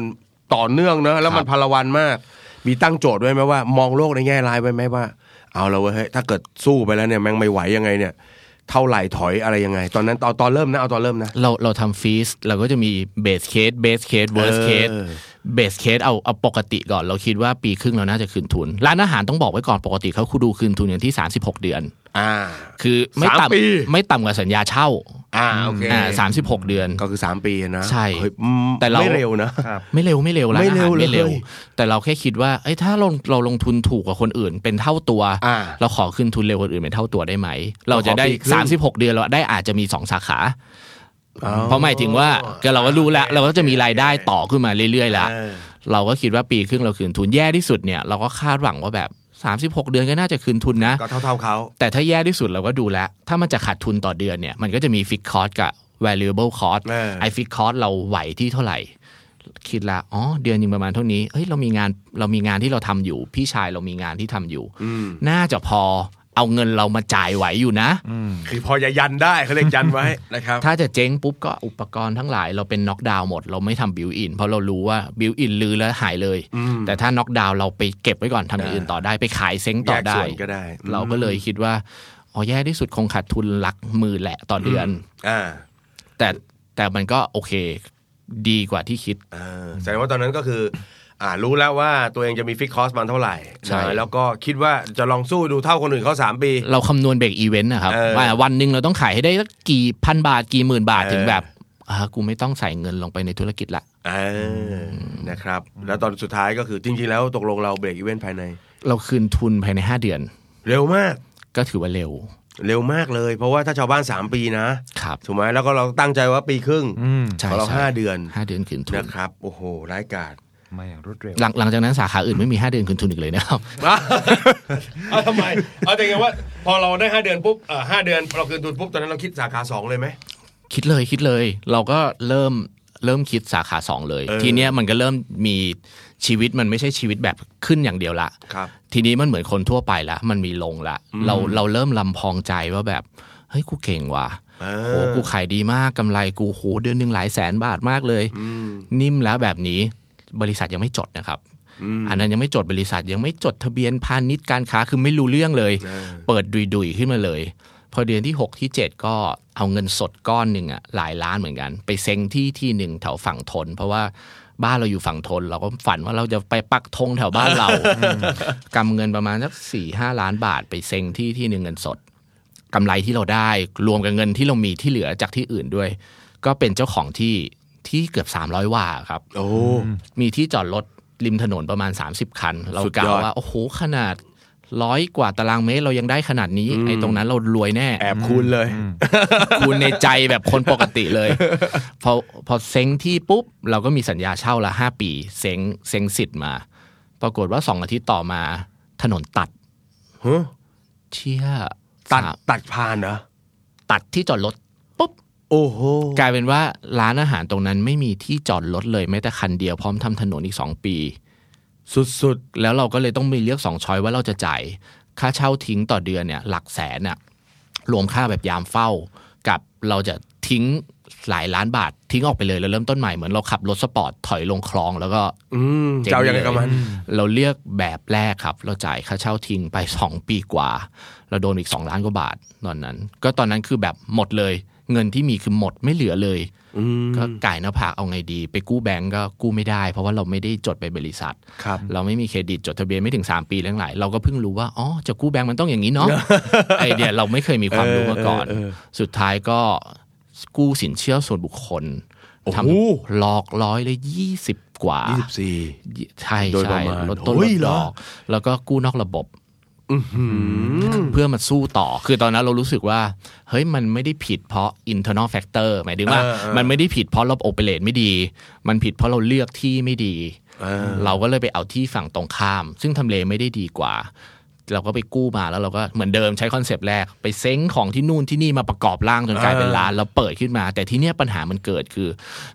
B: ต่อเนื่องเนอะแล้วมันพลวันมาก มีตั้งโจทย์ไว้ไหมว่า มองโลกในแง่ร้ายไว้ไหมว่า เอาละเว้ยเฮ้ยถ้าเกิดสู้ไปแล้วเนี่ยแม่งไม่ไหวยังไงเนี่ย เท่าไหร่ถอยอะไรยังไง ตอนนั้นตอนตอนเริ่มนะเอาตอนเริ่มนะ
C: เราเราทำฟีสเราก็จะมีเบสเคสเบสเคสเวิร์สเคส
B: เออ
C: เบสเคสเอาเอาปกติก่อน เราคิดว่าปีครึ่งเราน่าจะคืนทุน ร้านอาหารต้องบอกไว้ก่อนปกติเขาคูดูคืนทุนอย่างที่ 36 เดือน
B: อ่า
C: คือไม่
B: สามปี
C: ต่ำไม่ต่ำกว่าสัญญาเช่า
B: อ่าโอเค
C: อ่าสามสิบหกเดือน
B: ก็คือสามปีนะ
C: ใช่
B: เฮ้ยอืม
C: แต่เรา
B: ไม่เร็วนะ
A: ครับ
C: ไม่เร็วไม่เร็วร้าน
B: ไม่
C: อา
B: เร็
C: หาว รไม่เร็ว
B: เลย
C: แต่เราแค่คิดว่าเอ้ยถ้าเราเราลงทุนถูกกว่าคนอื่น เป็นเท่าตัว
B: อ่า
C: เราขอขึ้นทุนเร็วกว่าคนอื่นเป็นเท่าตัวได้ไหม เราจะได้
B: ขอปีครึ่ง
C: 36 เดือนเราได้อาจจะมีสองสาขา
B: อ๋อ
C: เพราะหมายถึงว่าก็เราก็รู้แล้ว เราก็จะมีรายได้ต่อขึ้นมาเรื่อยๆละ
B: เออ
C: เราก็คิดว่าปีครึ่งเราคืนทุนแย่ที่สุดเนี่ยเราก็คาดหวังว่าแบบ 36 เดือนก็น่าจะคืนทุนนะ
B: ก็เท่าเท่าๆเขา
C: แต่ถ้าแย่ที่สุดเราก็ดูแล้ว ถ้ามันจะขาดทุนต่อเดือนเนี่ยมันก็จะมี fixed cost กับ variable cost
B: เออ
C: ไอ้ fixed cost เราไหวที่เท่าไหร่ คิดละอ๋อเดือนหนึงประมาณเท่านี้เฮ้ยเรามีงานเรามีงานที่เราทำอยู่ พี่ชายเรามีงานที่ทำอยู่
B: อืม
C: น่าจะพอเอาเงินเรามาจ่ายไหวอยู่นะ
B: คือพอจะยันได้เขาเรียกยันไว้นะครับ
C: ถ้าจะเจ๊งปุ๊บก็อุปกรณ์ทั้งหลายเราเป็นน็อกดาวน์หมด เราไม่ทำบิวอินเพราะเรารู้ว่าบิวอินลือแล้วหายเลย แต่ถ้าน็อกดาวน์เราไปเก็บไว้ก่อนทำอย่างอื่นต่อได้ไปขายเซ้งต่อ
B: แยก
C: ได้
B: ส่วนก็ได้
C: เราก็เลยคิดว่า อ๋อแย่ที่สุดคงขาดทุนหลักหมื่นแหละต่อเดือน
B: อ่า
C: แต่แต่มันก็โอเคดีกว่าที่คิด
B: เออแสดงว่าตอนนั้นก็คือ อ่ารู้แล้วว่าตัวเองจะมีฟิกคอสมันเท่าไหร่
C: ใช่
B: นะแล้วก็คิดว่าจะลองสู้ดูเท่าคนอื่นเขาสามปี
C: เราคำนวณเบรกอีเวนต์นะครับ
B: เออ
C: ว่าวันหนึ่งเราต้องขายให้ได้สักกี่พันบาทกี่หมื่นบาท
B: เออ
C: ถึงแบบอ่ากูไม่ต้องใส่เงินลงไปในธุรกิจละ
B: เออนะครับ แล้วตอนสุดท้ายก็คือจริง ๆ แล้วตกลงเราเบรกอีเวนต์ภายใน
C: เราคืนทุนภายใน 5 เดือน
B: เร็วมาก
C: ก็ถือว่าเร็ว
B: เร็วมากเลย เพราะว่าถ้าชาวบ้าน 3 ปีนะครับ ถูกไหมแล้วก็เราตั้งใจว่าปีครึ่ง
A: อืม
C: ใช่
B: ของเรา
C: ใช่
B: ห้าเดือน
C: ห้าเดือนคืนทุน
B: นะครับ โอ้โหร้ายกาจ
A: มาอย่างรวดเร็ว
C: หลังหลังจากนั้นสาขาอื่นไม่มี 5 เดือนคืนทุนอีกเลยนะครับ
B: เอาทำไมเอาแต่ไงว่า พอเราได้ 5 เดือนปุ๊บเอ่อห้าเดือนเราคืนทุนปุ๊บตอนนั้นเราคิดสาขา 2 เลยไหม
C: คิดเลยคิดเลย เราก็เริ่มเริ่มคิดสาขา 2 เลย
B: เออ
C: ทีเนี้ยมันก็เริ่มมีชีวิตมันไม่ใช่ชีวิตแบบขึ้นอย่างเดียวละ
B: ครับ
C: ทีนี้มันเหมือนคนทั่วไปละ มันมีลงละ เราเราเริ่มลำพองใจว่าแบบ เฮ้ยกูเก่งว่ะ
B: เออ
C: โหกูขายดีมากกำไรกูโหเดือนหนึ่งหลายแสนบาทมากเลย
B: อืม
C: นิ่มแล้วแบบนี้บริษัทยังไม่จดนะครับ
B: อืม
C: อันนั้นยังไม่จดบริษัทยังไม่จดทะเบียนพาณิชย์การค้าคือไม่รู้เรื่องเลย
B: เออ
C: เปิดดุยดุยๆขึ้นมาเลย พอเดือนที่ 6 ที่ 7 ก็เอาเงินสดก้อนหนึ่งอะหลายล้านเหมือนกัน ไปเซ็งที่ที่หนึ่งแถวฝั่งทน เพราะว่าบ้านเราอยู่ฝั่งทน เราก็ฝันว่าเราจะไปปักธงแถวบ้านเรากำเงินประมาณสักสี่ห้าล้านบาท ไปเซ็งที่ที่หนึ่งเงินสดกำไรที่เราได้รวมกับเงินที่เรามีที่เหลือจากที่อื่นด้วย ก็เป็นเจ้าของที่ที่เกือบ 300ว่าครับ
B: โอ้
C: มีที่จอดรถริมถนนประมาณ 30 คัน เรา
B: สุด
C: กล่า
B: ยว อด
C: ว่า โอ้โห ขนาดร้อยกว่าตารางเมตรเรายังได้ขนาดนี้ ไอ้ตรงนั้นเรารวยแน่
B: แอบคูณเลย
C: คูณในใจแบบคนปกติเลย พอพอเซ้งที่ปุ๊บ เราก็มีสัญญาเช่าละ 5 ปีเซ้งเซ้งสิทธิ์มา ปรากฏว่า 2 อาทิตย์ต่อมาถนนตัด
B: ฮะ
C: เชี่ย
B: ตัด
C: สาม
B: ตัดผ่านเหรอ
C: ตัดที่จอดรถปุ๊บ
B: โอ้โห
C: กลายเป็นว่าร้านอาหารตรงนั้นไม่มีที่จอดรถเลยแม้แต่คันเดียวพร้อมทำถนนอีก 2 ปี
B: สุด
C: แล้วเราก็เลยต้องมีเลือกสองช้อยว่าเราจะจ่ายค่าเช่าทิ้งต่อเดือนเนี่ย หลักแสนน่ะรวมค่าแบบยามเฝ้า กับเราจะทิ้งหลายล้านบาททิ้งออกไปเลยแล้วเริ่มต้นใหม่เหมือนเราขับรถสปอร์ตถอยลงคลองแล้วก็
B: ๆ อืมจะเอายังไงกับมัน
C: เราเลือกแบบแรกครับ เราจ่ายค่าเช่าทิ้งไป 2 ปีกว่า เราโดนอีก 2 ล้านกว่าบาทตอนนั้น ก็ตอนนั้นคือแบบหมดเลย เงินที่มีคือหมดไม่เหลือเลย
B: อืม
C: ก็ไก่ายหน้าผากเอาไงดี ไปกู้แบงก์ก็กู้ไม่ได้ เพราะว่าเราไม่ได้จดเป็นบริษัท
B: ครับ
C: เราไม่มีเครดิตจดทะเบียนไม่ถึง 3 ปีทั้งหลายเราก็เพิ่งรู้ว่า อ๋อ จะกู้แบงก์มันต้องอย่างนี้เนาะ ไอเดียเราไม่เคยมีความรู้มาก่อน
B: เออเออเออ
C: สุดท้ายก็กู้สินเชื่อส่วนบุคคล
B: โอ้โห
C: ทำหลอกร้อยเลยยี่สิบกว่า
B: ยี่สิบสี่
C: ใช่
B: โดยประ
C: ใช่
B: มาณ
C: ลดต้น
B: โอ้
C: ล
B: ย
C: ด
B: เหร
C: ด
B: อ
C: อก แล้วก็กู้นอกระบบ
B: อื้อหือ
C: เพื่อมาสู้ต่อ คือตอนนั้นเรารู้สึกว่า เฮ้ย มันไม่ได้ผิดเพราะ internal factor หมายถึงว่า
B: เออเออ
C: มันไม่ได้ผิดเพราะเราโอเปเรตไม่ดี มันผิดเพราะเราเลือกที่ไม่ดี
B: อ่า
C: เราก็เลยไปเอาที่ฝั่งตรงข้าม ซึ่งทำเลไม่ได้ดีกว่า เราก็ไปกู้มาแล้วเราก็เหมือนเดิมใช้คอนเซปต์แรก ไปเซ้งของที่นู่นที่นี่มาประกอบร่างจนกลายเป็นร้านแล้วเปิดขึ้นมา แต่ที่เนี้ยปัญหามันเกิดคือ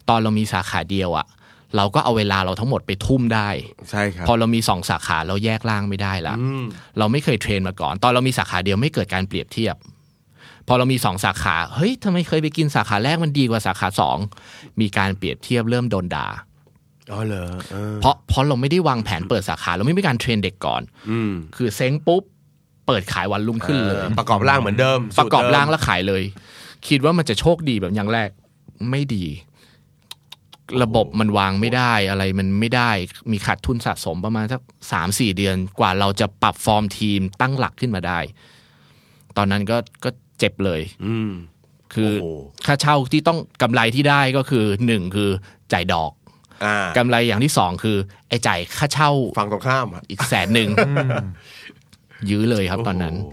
C: ตอนเรามีสาขาเดียวอะเราก็เอาเวลาเราทั้งหมดไปทุ่มได้
B: ใช่ครับ
C: พอเรามีสองสาขาเราแยกร่างไม่ได้ละ
B: อืม
C: เราไม่เคยเทรนมาก่อน ตอนเรามีสาขาเดียวไม่เกิดการเปรียบเทียบ พอเรามีสองสาขา เฮ้ยทำไมเคยไปกินสาขาแรกมันดีกว่าสาขาสองมีการเปรียบเทียบเริ่มโดนด่า
B: อ๋อเหรอเออ
C: เพราะเพราะเราไม่ได้วางแผนเปิดสาขา เราไม่มีการเทรนเด็กก่อน
B: อืม
C: คือเซ้งปุ๊บ เปิดขายวันรุ่งขึ้นเลย
B: ออประกอบร่างเหมือนเดิม
C: ป
B: สูต
C: ระกอบร่าง
B: เดิม
C: แล้วขายเลย คิดว่ามันจะโชคดีแบบอย่างแรกไม่ดี ระบบมันวางไม่ได้อะไรมันไม่ได้มีขาดทุนสะสมประมาณสักสามสี่เดือนกว่าเราจะปรับฟอร์มทีมตั้งหลักขึ้นมาได้ ตอนนั้นก็ก็เจ็บเลย
B: อืม
C: คือ
B: โอ้โห
C: ค่าเช่าที่ต้องกำไรที่ได้ก็คือหนึ่งคือจ่ายดอก
B: อ่าก
C: ำไรอย่างที่สองคือ ไอ้จ่ายค่าเช่า
B: ฝั่งตรงข้ามอะ
C: อีกแสนหนึ่ง ยื้อเลยครับตอนนั้น
B: โโห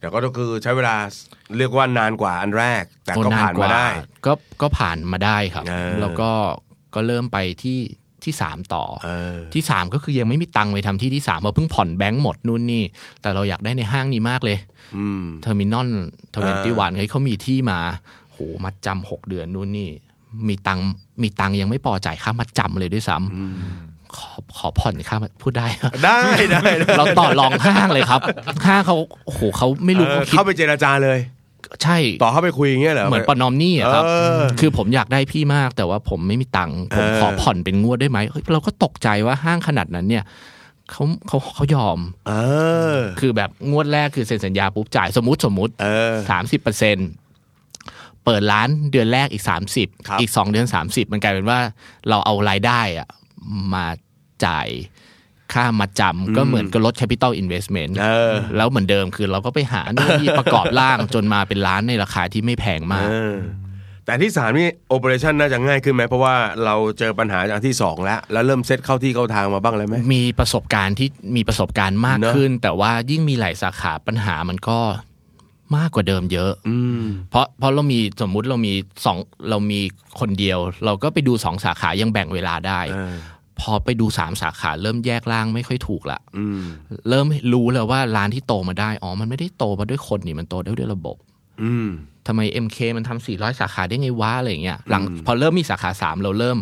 B: แต่ก็คือใช้เวลาเรียกว่านานกว่าอันแรก แต่ก็
C: โอ้
B: ผ่านมาได้
C: ก็ก็ผ่านมาได้ครับ
B: เออ
C: แล้วก็ก็เริ่มไปที่ที่สามต่อ
B: เออ
C: ที่สามก็คือยังไม่มีตังค์ไปทำที่ที่สามเพราะเพิ่งผ่อนแบงก์หมดนู่นนี่ แต่เราอยากได้ในห้างนี้มากเลย
B: อืม
C: เทอร์มินอลเทเวนตี้
B: เอ
C: วั
B: อ
C: นเฮ้ยเขามีที่มาโหมัดจำหกเดือนนู่นนี่ มีตังค์มีตังค์ยังไม่พอจ่ายค่ามัดจำเลยด้วยซ้ำขอขอผ่อนค่ามัดพูดได้ปะ
B: ได้ได้ได้
C: เราต่อรองห้างเลยครับห้างเขาโอ้โหเขาไม่รู้
B: เออ
C: เขาคิด
B: เข้าไปเจรจาเลย
C: ใช่
B: ต่อเข้าไปคุยอย่างเงี้ยเหรอ
C: เหมือนปอนอมนี่อะครับ
B: เออ
C: คือผมอยากได้พี่มากแต่ว่าผมไม่มีตังค์ผม
B: เออ
C: ขอผ่อนเป็นงวดได้ไหมเฮ้ยเราก็ตกใจว่าห้างขนาดนั้นเนี่ย เขาเขาเขายอม
B: เออ
C: คือแบบงวดแรกคือเซ็นสัญญาปุ๊บจ่ายสมมติสมมติ
B: เออ
C: สามสิบเปอร์เซ็นเปิดร้านเดือนแรกอีกสามสิบ
B: ครับ
C: อีกสองเดือนสามสิบมันกลายเป็นว่าเราเอารายได้อะมาจ่ายค่ามาจำก็เหมือนกับลด Capital Investment
B: เออ
C: แล้วเหมือนเดิมคือเราก็ไปหานู่นนี่ประกอบร่างจนมาเป็นร้านในราคาที่ไม่แพงมาก
B: เออแต่อันที่สามนี่โอเปอเรชันน่าจะง่ายขึ้นไหมเพราะว่าเราเจอปัญหาจากอันที่สองแล้ว แล้วเริ่มเซตเข้าที่เข้าทางมาบ้างแล้วไหม
C: มีประสบการณ์ที่มีประสบการณ์มาก
B: เนอะ
C: ขึ้น แต่ว่ายิ่งมีหลายสาขาปัญหามันก็มากกว่าเดิมเยอะ
B: อืม
C: เพราะเพราะเรามีสมมุติเรามีสองเรามีคนเดียว เราก็ไปดูสองสาขายังแบ่งเวลาได้
B: เออ
C: พอไปดูสามสาขาเริ่มแยกร่างไม่ค่อยถูกละ
B: อืม
C: เริ่มรู้แล้วว่าร้านที่โตมาได้อ๋อมันไม่ได้โตมาด้วยคนนี่มันโตได้ด้วยระบบ
B: อืม
C: ทำไม MK มันทำ400 สาขาได้ไงวะอะไรอย่างเงี้ยหลังพอเริ่มมีสาขาสามเราเริ่ม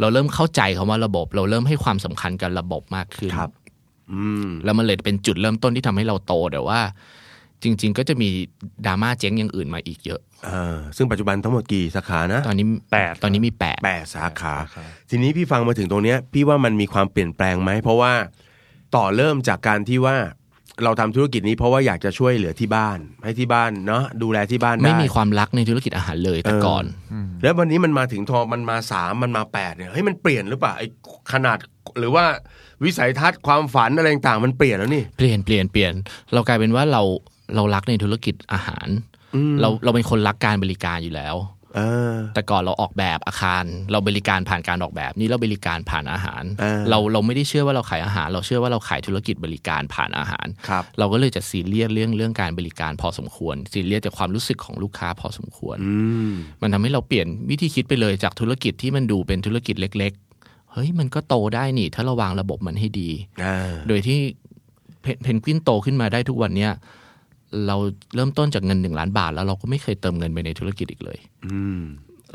C: เราเริ่มเข้าใจคำว่าระบบ เราเริ่มให้ความสำคัญกับระบบมากขึ้น
B: ครับ อืม
C: แล้วมันเลยเป็นจุดเริ่มต้นที่ทำให้เราโตแต่ว่า จริง ๆ ก็จะมีดราม่าเจ๊งอย่างอื่นมาอีกเยอะ
B: เออ ซึ่งปัจจุบันทั้งหมดกี่สาขานะ
C: ตอนนี้
A: แปด
C: ตอนนี้มีแปด
B: แปดสาขา ทีนี้พี่ฟังมาถึงตรงเนี้ย พี่ว่ามันมีความเปลี่ยนแปลงไหม เพราะว่าต่อเริ่มจากการที่ว่าเราทำธุรกิจนี้เพราะว่าอยากจะช่วยเหลือที่บ้าน ให้ที่บ้านเนาะดูแลที่บ้านด้
C: ไม่มีความรักในธุรกิจอาหารเลยแต่ก่อน
B: แล้ววันนี้มันมาถึงทองมันมาสามมันมาแปดเนี่ยเฮ้ยมันเปลี่ยนหรือเปล่าไอ้ขนาดหรือว่าวิสัยทัศน์ความฝันอะไรต่างๆมันเปลี่ยนแล้วนี่
C: เปลี่ยนเปลี่ยนเปลี่ยน เรากลายเป็นว่าเราเรารักในธุรกิจอาหาร เราเราเป็นคนรักการบริการอยู่แล้ว
B: เออ
C: แต่ก่อนเราออกแบบอาคาร เราบริการผ่านการออกแบบ นี่เราบริการผ่านอาหาร
B: เออ
C: เราเราไม่ได้เชื่อว่าเราขายอาหาร เราเชื่อว่าเราขายธุรกิจบริการผ่านอาหาร
B: ครับ
C: เราก็เลยจะซีเรียสเรื่องเรื่องการบริการพอสมควรซีเรียสจากความรู้สึกของลูกค้าพอสมควร
B: อืม
C: มันทำให้เราเปลี่ยนวิธีคิดไปเลยจากธุรกิจที่มันดูเป็นธุรกิจเล็ก ๆ เฮ้ยมันก็โตได้นี่ ถ้าเราวางระบบมันให้ดี
B: อ่า
C: โดยที่เพเพนกวินโตขึ้นมาได้ทุกวันเนี้ยเราเริ่มต้นจากเงินหนึ่งล้านบาท แล้วเราก็ไม่เคยเติมเงินไปในธุรกิจอีกเลย
B: อืม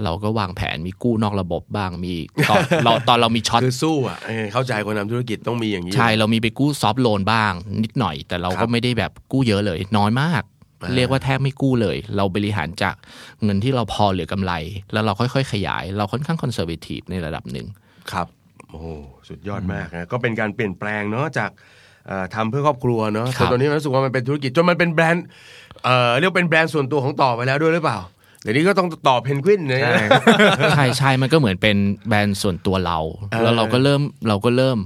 C: เราก็วางแผนมีกู้นอกระบบบ้างมีตอน เราตอนเรามีช็อต
B: คือสู้อ่ะเออเข้าใจคนทำธุรกิจต้องมีอย่างนี้
C: ใช่เรามีไปกู้ซอฟต์โลนบ้าง นิดหน่อย แต่เรา
B: ครั
C: ก็
B: บ
C: ไม่ได้แบบกู้เยอะเลย น้อยมาก
B: อ่า
C: เรียกว่าแทบไม่กู้เลย เราบริหารจากเงินที่เราพอเหลือกำไร แล้วเราค่อยๆ ขยาย เราค่อนข้างคอนเซอร์เวทีฟในระดับหนึ่ง
B: ครับ โอ้โหสุดยอดมากนะก็เป็นการเปลี่ยนแปลงเนาะจากเอ่อทำเพื่อครอบครัวเนาะ
C: ค
B: จ
C: รับ
B: นตอนนี้มันรู้สึกว่ามันเป็นธุรกิจจนมันเป็นแบรนด์เอ่อเรียกว่าเป็นแบรนด์ส่วนตัวของต่อไปแล้วด้วยหรือเปล่าเดี๋ยวนี้ก็ต้องต่อเพนกวินเนี่ย
C: ใช่ใช่มันก็เหมือนเป็นแบรนด์ส่วนตัวเรา แล้วเราก็เริ่มเราก็เริ่ม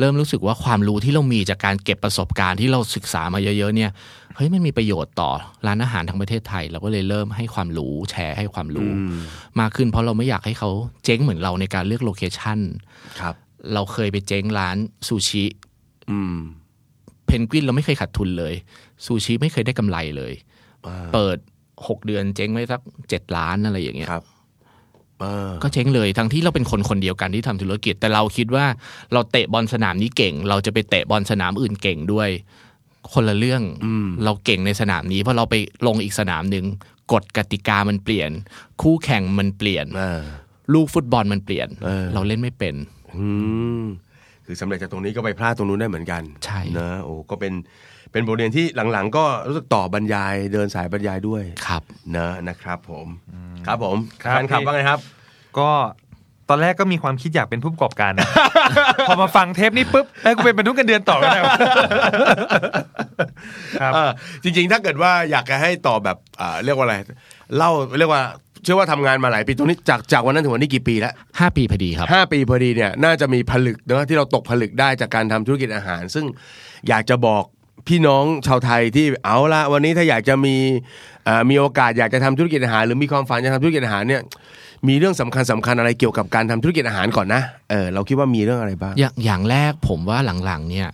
C: เริ่มรู้สึกว่าความรู้ที่เรามีจากการเก็บประสบการณ์ที่เราศึกษามาเยอะ ๆ เนี่ยเฮ้ยมันมีประโยชน์ต่อร้านอาหารทั้งประเทศไทย เราก็เลยเริ่มให้ความรู้แชร์ให้ความรู้ มากขึ้นเพราะเราไม่อยากให้เขาเจ๊งเหมือนเราในการเลือกโลเคชั่น
B: ครับ
C: เราเคยไปเจ๊งร้านซูชิ
B: อืม
C: เพนกวินเราไม่เคยขาดทุนเลยซูชิไม่เคยได้กำไรเลย เปิดหกเดือนเจ๊งไปสักเจ็ดล้านอะไรอย่างเงี้ย
B: ครับ เออ
C: ก็เจ๊งเลยทั้งที่เราเป็นคนคนเดียวกันที่ทำธุรกิจ แต่เราคิดว่าเราเตะบอลสนามนี้เก่ง เราจะไปเตะบอลสนามอื่นเก่งด้วย คนละเรื่องเราเก่งในสนามนี้เพราะเราไปลงอีกสนามหนึ่งกฎกติกามันเปลี่ยน คู่แข่งมันเปลี่ยน
B: เออ
C: ลูกฟุตบอลมันเปลี่ยน
B: เออ
C: เราเล่นไม่เป็น
B: อืมคือสำเร็จจากตรงนี้ก็ไปพลาดตรงนู้นได้เหมือนกัน
C: ใช่
B: นะโอ้ก็เป็นเป็นบทเรียนที่หลังๆ ก็รู้สึกต่อบรรยายเดินสายบรรยายด้วย
C: ครับ
B: นะนะครับ ผม ครับผม
A: ครับ
B: แฟนคลับว่าไงครับ
A: ก็ตอนแรกก็มีความคิดอยากเป็นผู้ประกอบการ นะ พอมาฟังเทปนี้ปุ๊บเอ้ยกูเป็นบรรทุกเงินเดือนต่อก็ได้วะ ครับ
B: เออจริงๆ ถ้าเกิดว่าอยากจะให้ต่อแบบเอ่อเรียกว่าอะไรเล่าเรียกว่าเชื่อว่าทำงานมาหลายปีตรงนี้จากจากวันนั้นถึงวันนี้กี่ปีแล้ว
C: 5 ปีพอดีครับ
B: ห้าปีพอดีเนี่ยน่าจะมีผลึกเนอะที่เราตกผลึกได้จากการทำธุรกิจอาหาร ซึ่งอยากจะบอกพี่น้องชาวไทยที่เอาละวันนี้ถ้าอยากจะมีเอ่อมีโอกาสอยากจะทำธุรกิจอาหาร หรือมีความฝันจะทำธุรกิจอาหารเนี่ยมีเรื่องสำคัญสำคัญอะไรเกี่ยวกับการทำธุรกิจอาหารก่อนนะเออเราคิดว่ามีเรื่องอะไรบ้าง
C: อย่างอย่างแรกผมว่าหลังๆเนี่ย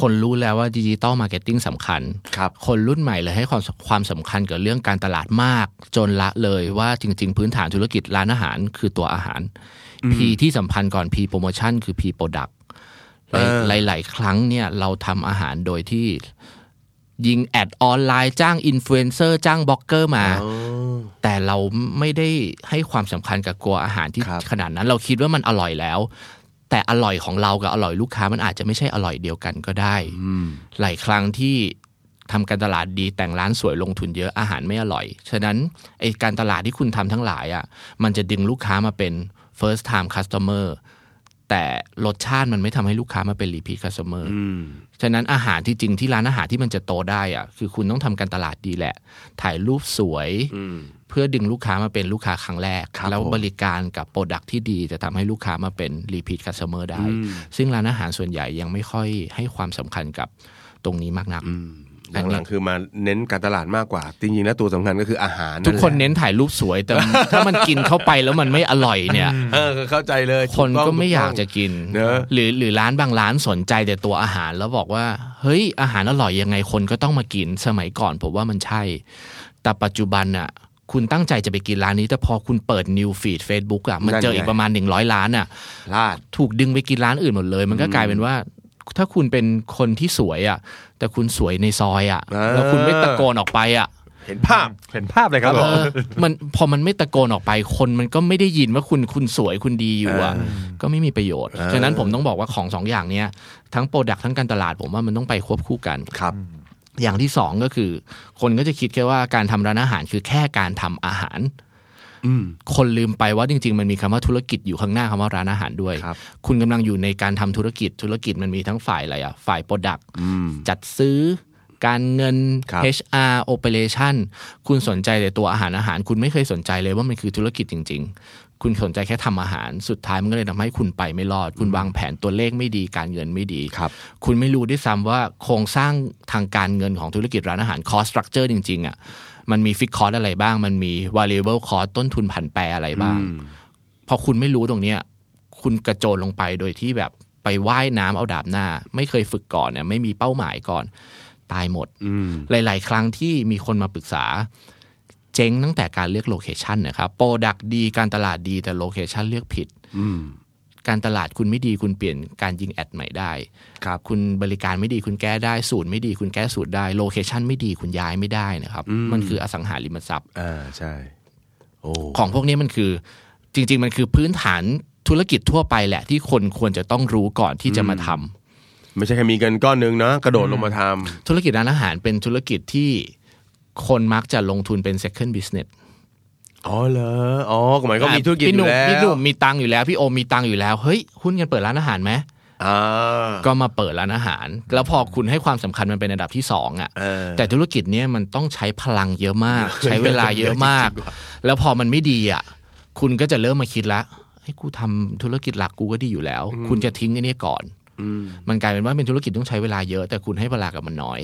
C: คนรู้แล้วว่าดิจิตอลมาร์เก็ตติ้งสำคัญ
B: ครับ
C: คนรุ่นใหม่เลยให้ความความสำคัญกับเรื่องการตลาดมาก จนละเลยว่าจริง ๆ พื้นฐานธุรกิจร้านอาหารคือตัวอาหาร P ที่สำคัญก่อน P โปรโมชั่นคือ P Product
B: เออ
C: หลายหลายๆครั้งเนี่ยเราทำอาหารโดยที่ยิงแอดออนไลน์จ้างอินฟลูเอนเซอร์จ้างบล็อกเกอร์มา
B: อ๋อ
C: แต่เราไม่ได้ให้ความสำคัญกับกลัวอาหารที่
B: ครับ
C: ขนาดนั้นเราคิดว่ามันอร่อยแล้ว แต่อร่อยของเรากับอร่อยลูกค้ามันอาจจะไม่ใช่อร่อยเดียวกันก็ได้ หลายครั้งที่ทำการตลาดดีแต่งร้านสวยลงทุนเยอะอาหารไม่อร่อย ฉะนั้นไอการตลาดที่คุณทำทั้งหลายอ่ะมันจะดึงลูกค้ามาเป็น first time customer แต่รสชาติมันไม่ทำให้ลูกค้ามาเป็นรีพีคัสเตอร์ฉะนั้นอาหารที่จริงที่ร้านอาหารที่มันจะโตได้อะคือคุณต้องทำการตลาดดีแหละ ถ่ายรูปสวย เพื่อดึงลูกค้ามาเป็นลูกค้าครั้งแรก
B: ครับ
C: แล้ว
B: ผม
C: บริการกับโปรดักที่ดีจะทำให้ลูกค้ามาเป็นรีพีทคัสเตอร์ได้ ซึ่งร้านอาหารส่วนใหญ่ยังไม่ค่อยให้ความสำคัญกับตรงนี้มากนัก
B: หลังๆคือมาเน้นการตลาดมากกว่า จริงๆแล้วตัวสำคัญก็คืออาหาร
C: ทุกคน
B: แหละ
C: เน้นถ่ายรูปสวย แต่ ถ้ามันกินเข้าไปแล้วมันไม่อร่อยเนี่ย
B: เออเข้าใจเลย
C: คนก็ไม่
B: ถูต้ง
C: อยากจะกิน
B: เนอะ
C: หรือหรือร้านบางร้านสนใจแต่ตัวอาหารแล้วบอกว่า เฮ้ยอาหารอร่อยยังไงคนก็ต้องมากินสมัยก่อนผมว่ามันใช่ แต่ปัจจุบันน่ะ คุณตั้งใจจะไปกินร้านนี้ แต่พอคุณเปิด new feed Facebook อ่ะมันเจออีกประมาณ 100 ร้านอ่ะ
B: ลาด
C: ถูกดึงไปกินร้านอื่นหมดเลย มันก็กลายเป็นว่า ถ้าคุณเป็นคนที่สวยอ่ะ แต่คุณสวยในซอยอ่ะ
B: อ่า
C: แล้วคุณไม่ตะโกนออกไปอ่ะ
B: เห็นภาพ
A: เห็นภาพเลยครับผ
C: เอ
A: ม
C: อมันพอมันไม่ตะโกนออกไปคนมันก็ไม่ได้ยินว่าคุณคุณสวยคุณดีอยู่อ่ะก็ไม่มีประโยชน์ ฉะนั้นผมต้องบอกว่าของสองอย่างเนี้ยทั้งโปรดักทั้งการตลาดผมว่ามันต้องไปควบคู่กัน
B: ครับ
C: อย่างที่สองก็คือ คนก็จะคิดแค่ว่าการทำร้านอาหารคือแค่การทำอาหาร
B: อืม
C: คนลืมไปว่าจริง ๆ มันมีคำว่าธุรกิจอยู่ข้างหน้าคำว่าร้านอาหารด้วย
B: ครับ
C: คุณกำลังอยู่ในการทำธุรกิจธุรกิจมันมีทั้งฝ่ายอะไรอ่ะฝ่ายโปรดัก
B: อืม
C: จัดซื้อการเงิน
B: ครับ
C: HR operation คุณสนใจแต่ตัวอาหารอาหาร คุณไม่เคยสนใจเลยว่ามันคือธุรกิจจริง ๆ คุณสนใจแค่ทำอาหาร สุดท้ายมันก็เลยทำให้คุณไปไม่รอด คุณวางแผนตัวเลขไม่ดีการเงินไม่ดี
B: ครับ
C: คุณไม่รู้ด้วยซ้ำว่าโครงสร้างทางการเงินของธุรกิจร้านอาหาร cost structure จริง ๆ อ่ะ มันมี fixed cost อะไรบ้าง มันมี variable cost ต้นทุนผันแปรอะไรบ้าง พอคุณไม่รู้ตรงเนี้ย คุณกระโจนลงไปโดยที่แบบไปว่ายน้ำเอาดาบหน้า ไม่เคยฝึกก่อนเนี่ย ไม่มีเป้าหมายก่อน ตายหมด
B: อืม
C: หลาย ๆ ครั้งที่มีคนมาปรึกษา เจ๊งตั้งแต่การเลือกโลเคชันนะครับโปรดักดีการตลาดดีแต่โลเคชันเลือกผิด
B: อืม
C: การตลาดคุณไม่ดีคุณเปลี่ยนการยิงแอดใหม่ได้
B: ครับ
C: คุณบริการไม่ดีคุณแก้ได้ สูตรไม่ดีคุณแก้สูตรได้โลเคชันไม่ดีคุณย้ายไม่ได้นะครับ มันคืออสังหาริมทรัพย์
B: อ่า ใช่ โอ้
C: ของพวกนี้มันคือจริง ๆ มันคือพื้นฐานธุรกิจทั่วไปแหละที่คนควรจะต้องรู้ก่อนที่จะมาทำ
B: ไม่ใช่แค่มีเงินก้อนหนึงนะกระโดดลงมาท
C: ธุรกิจร้านอาหารเป็นธุรกิจที่คนมักจะลงทุนเป็น second business
B: ำอ๋อเหรอ อ๋อก็หมายก็มีธุรกิจ
C: พี่
B: อ
C: หนุ่
B: ยู่
C: ม
B: แล้ว
C: พี่หนุ่มมีตังค์อยู่แล้ว พี่โอมมีตังค์อยู่แล้วเฮ้ยหุ้นกันเปิดร้านอาหารไหม
B: อ่า
C: ก็มาเปิดร้านอาหาร แล้วพอคุณให้ความสำคัญมันเป็นอันดับที่สองอ่ะ
B: เออ
C: แต่ธุรกิจเนี้ยมันต้องใช้พลังเยอะมาก ใช้เวลาเยอะมาก แล้วพอมันไม่ดีอ่ะคุณก็จะเริ่มมาคิดละไอ้ยกูทำธุรกิจหลักกูก็ดีอยู่แล้ว คุณจะทิ้งไอ้เนี่ยก่อน มันกลายเป็นว่าเป็นธุรกิจต้องใช้เวลาเยอะ แต่คุณให้เวลากับมันน้อย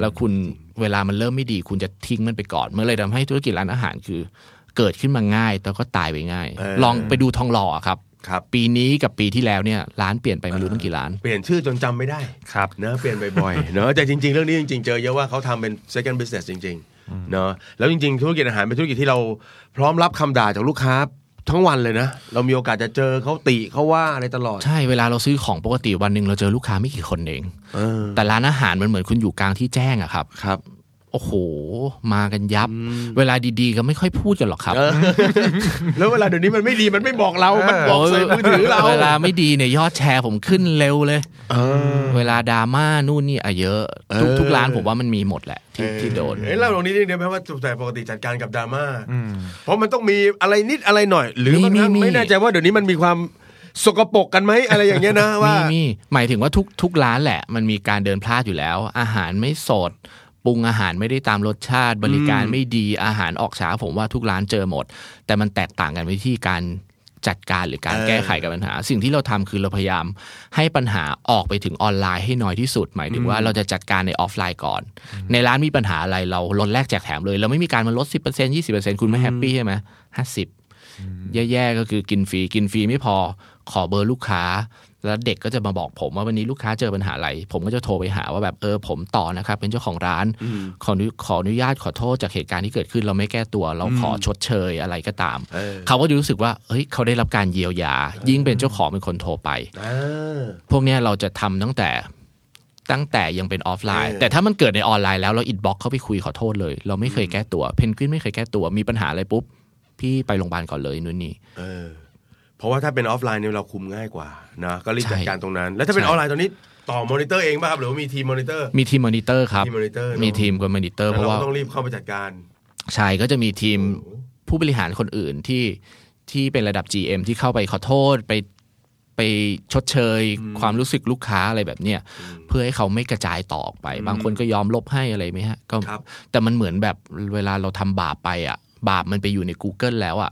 C: แล้วคุณเวลามันเริ่มไม่ดี คุณจะทิ้งมันไปก่อนเมื่อเลยทำให้ธุรกิจร้านอาหารคือ เกิดขึ้นมาง่ายแต่ก็ตายไปง่าย
B: เออ
C: ลองไปดูทองหล่ออะครับ
B: ครับ
C: ปีนี้กับปีที่แล้วเนี่ยร้านเปลี่ยนไปไม่รู้ตั้งกี่ร้าน
B: เปลี่ยนชื่อจนจำไม่ได้
A: ครับ
B: เนอะเปลี่ยนบ่อยๆ เนอะแต่จริง ๆ เรื่องนี้จริง ๆ เจอเยอะว่าเขาทำเป็น second business จริงๆเนอะแล้วจริง ๆ ธุรกิจอาหารเป็นธุรกิจที่เราพร้อมรับคำด่าจากลูกค้าทั้งวันเลยนะ เรามีโอกาสจะเจอเขาติเขาว่าอะไรตลอด
C: ใช่เวลาเราซื้อของปกติวันหนึ่งเราเจอลูกค้าไม่กี่คนเอง
B: เออ
C: แต่ร้านอาหารมันเหมือนคุณอยู่กลางที่แจ้งอะครับ
B: ครับ
C: โอ้โห มากันยับ เวลาดีๆ ก็ไม่ค่อยพูดกันหรอกครับ
B: เออ แล้วเวลาเดี๋ยวนี้มันไม่ดีมันไม่บอกเรา มันบอกใส่มือถือเรา
C: เวลาไม่ดีเนี่ยยอดแชร์ผมขึ้นเร็วเลย
B: เออ
C: เวลาดราม่านู่นนี่อะเยอะ ทุก
B: เออ
C: ทุกร้านผมว่ามันมีหมดแหละ ที่ที่โดน
B: เอ้ยเล่าตรงนี้นิดเดียวไหมว่าแต่ปกติจัดการกับดราม่าเพราะมันต้องมีอะไรนิดอะไรหน่อย หรือ
C: มี
B: มัน
C: มีมี
B: ไม่แน่ใจว่าเดี๋ยวนี้มันมีความสกปรกกันไหมอะไรอย่างเงี้ยนะว่า
C: มีมีหมายถึงว่าทุกทุกร้านแหละ มันมีการเดินพลาดอยู่แล้ว อาหารไม่สดปรุงอาหารไม่ได้ตามรสชาติบริการไม่ดีอาหารออกช้าผมว่าทุกร้านเจอหมด แต่มันแตกต่างกันวิธีการจัดการหรือการ
B: เออ
C: แก้ไขกับปัญหา สิ่งที่เราทำคือเราพยายาม ให้ปัญหาออกไปถึงออนไลน์ให้น้อยที่สุด หมายถึงว่าเราจะจัดการในออฟไลน์ก่อน ในร้านมีปัญหาอะไรเราลดแลกแจกแถมเลย เราไม่มีการมาลด 10% 20%คุณไม่แฮปปี้ใช่ไหมห้าสิบ แย่ๆก็คือกินฟรีกินฟรีไม่พอขอเบอร์ลูกค้า แล้วเด็กก็จะมาบอกผมว่าวันนี้ลูกค้าเจอปัญหาอะไร ผมก็จะโทรไปหาว่าแบบเออผมต่อนะครับ เป็นเจ้าของร้าน ขออนุขออนุญาตขอโทษจากเหตุการณ์ที่เกิดขึ้น เราไม่แก้ตัว เราขอชดเชยอะไรก็ตาม
B: เออ
C: เขาก็จะรู้สึกว่าเฮ้ยเขาได้รับการเยียวยา ยิ่งเป็นเจ้าของเป็นคนโทรไป
B: อ่า
C: พวกเนี้ยเราจะทำตั้งแต่ตั้งแต่ยังเป็นออฟไลน์
B: เออ
C: แต่ถ้ามันเกิดในออนไลน์แล้วเราอินบ็อกเข้าไปคุยขอโทษเลย เราไม่เคยแก้ตัวเพนกวินไม่เคยแก้ตัวมีปัญหาอะไรปุ๊บพี่ไปโรงพยาบาลก่อนเลยนู่นนี่
B: เออ เพราะว่าถ้าเป็นออฟไลน์เนี่ยเราคุมง่ายกว่านะก็รีบ
C: ใช่
B: จัดการตรงนั้น แล้วถ้าเป็น
C: ใช่
B: ออนไลน์ตอนนี้ต่อมอนิเตอร์เองป่ะครับหรือว่ามีทีมมอนิเตอร์
C: มีทีมมอนิเตอร์ครับ
B: ทีมมอนิเตอร์เนอะ
C: มีทีมกับมอนิเตอร์ เพ
B: แล้วเรา
C: ราะว่า
B: ก็ต้องรีบเข้าไปจัดการ
C: ชายก็จะมีทีมผู้บริหารคนอื่นที่ที่เป็นระดับ GM ที่เข้าไปขอโทษไป ไปชดเชย ความรู้สึกลูกค้าอะไรแบบเนี้ยเพื่อให้เขาไม่กระจายต่อออกไป บางคนก็ยอมลบให้อะไรไหมฮะก็
B: ครับ
C: แต่มันเหมือนแบบเวลาเราทำบาปไปอ่ะ บาปมันไปอยู่ใน Google แล้วอ่ะ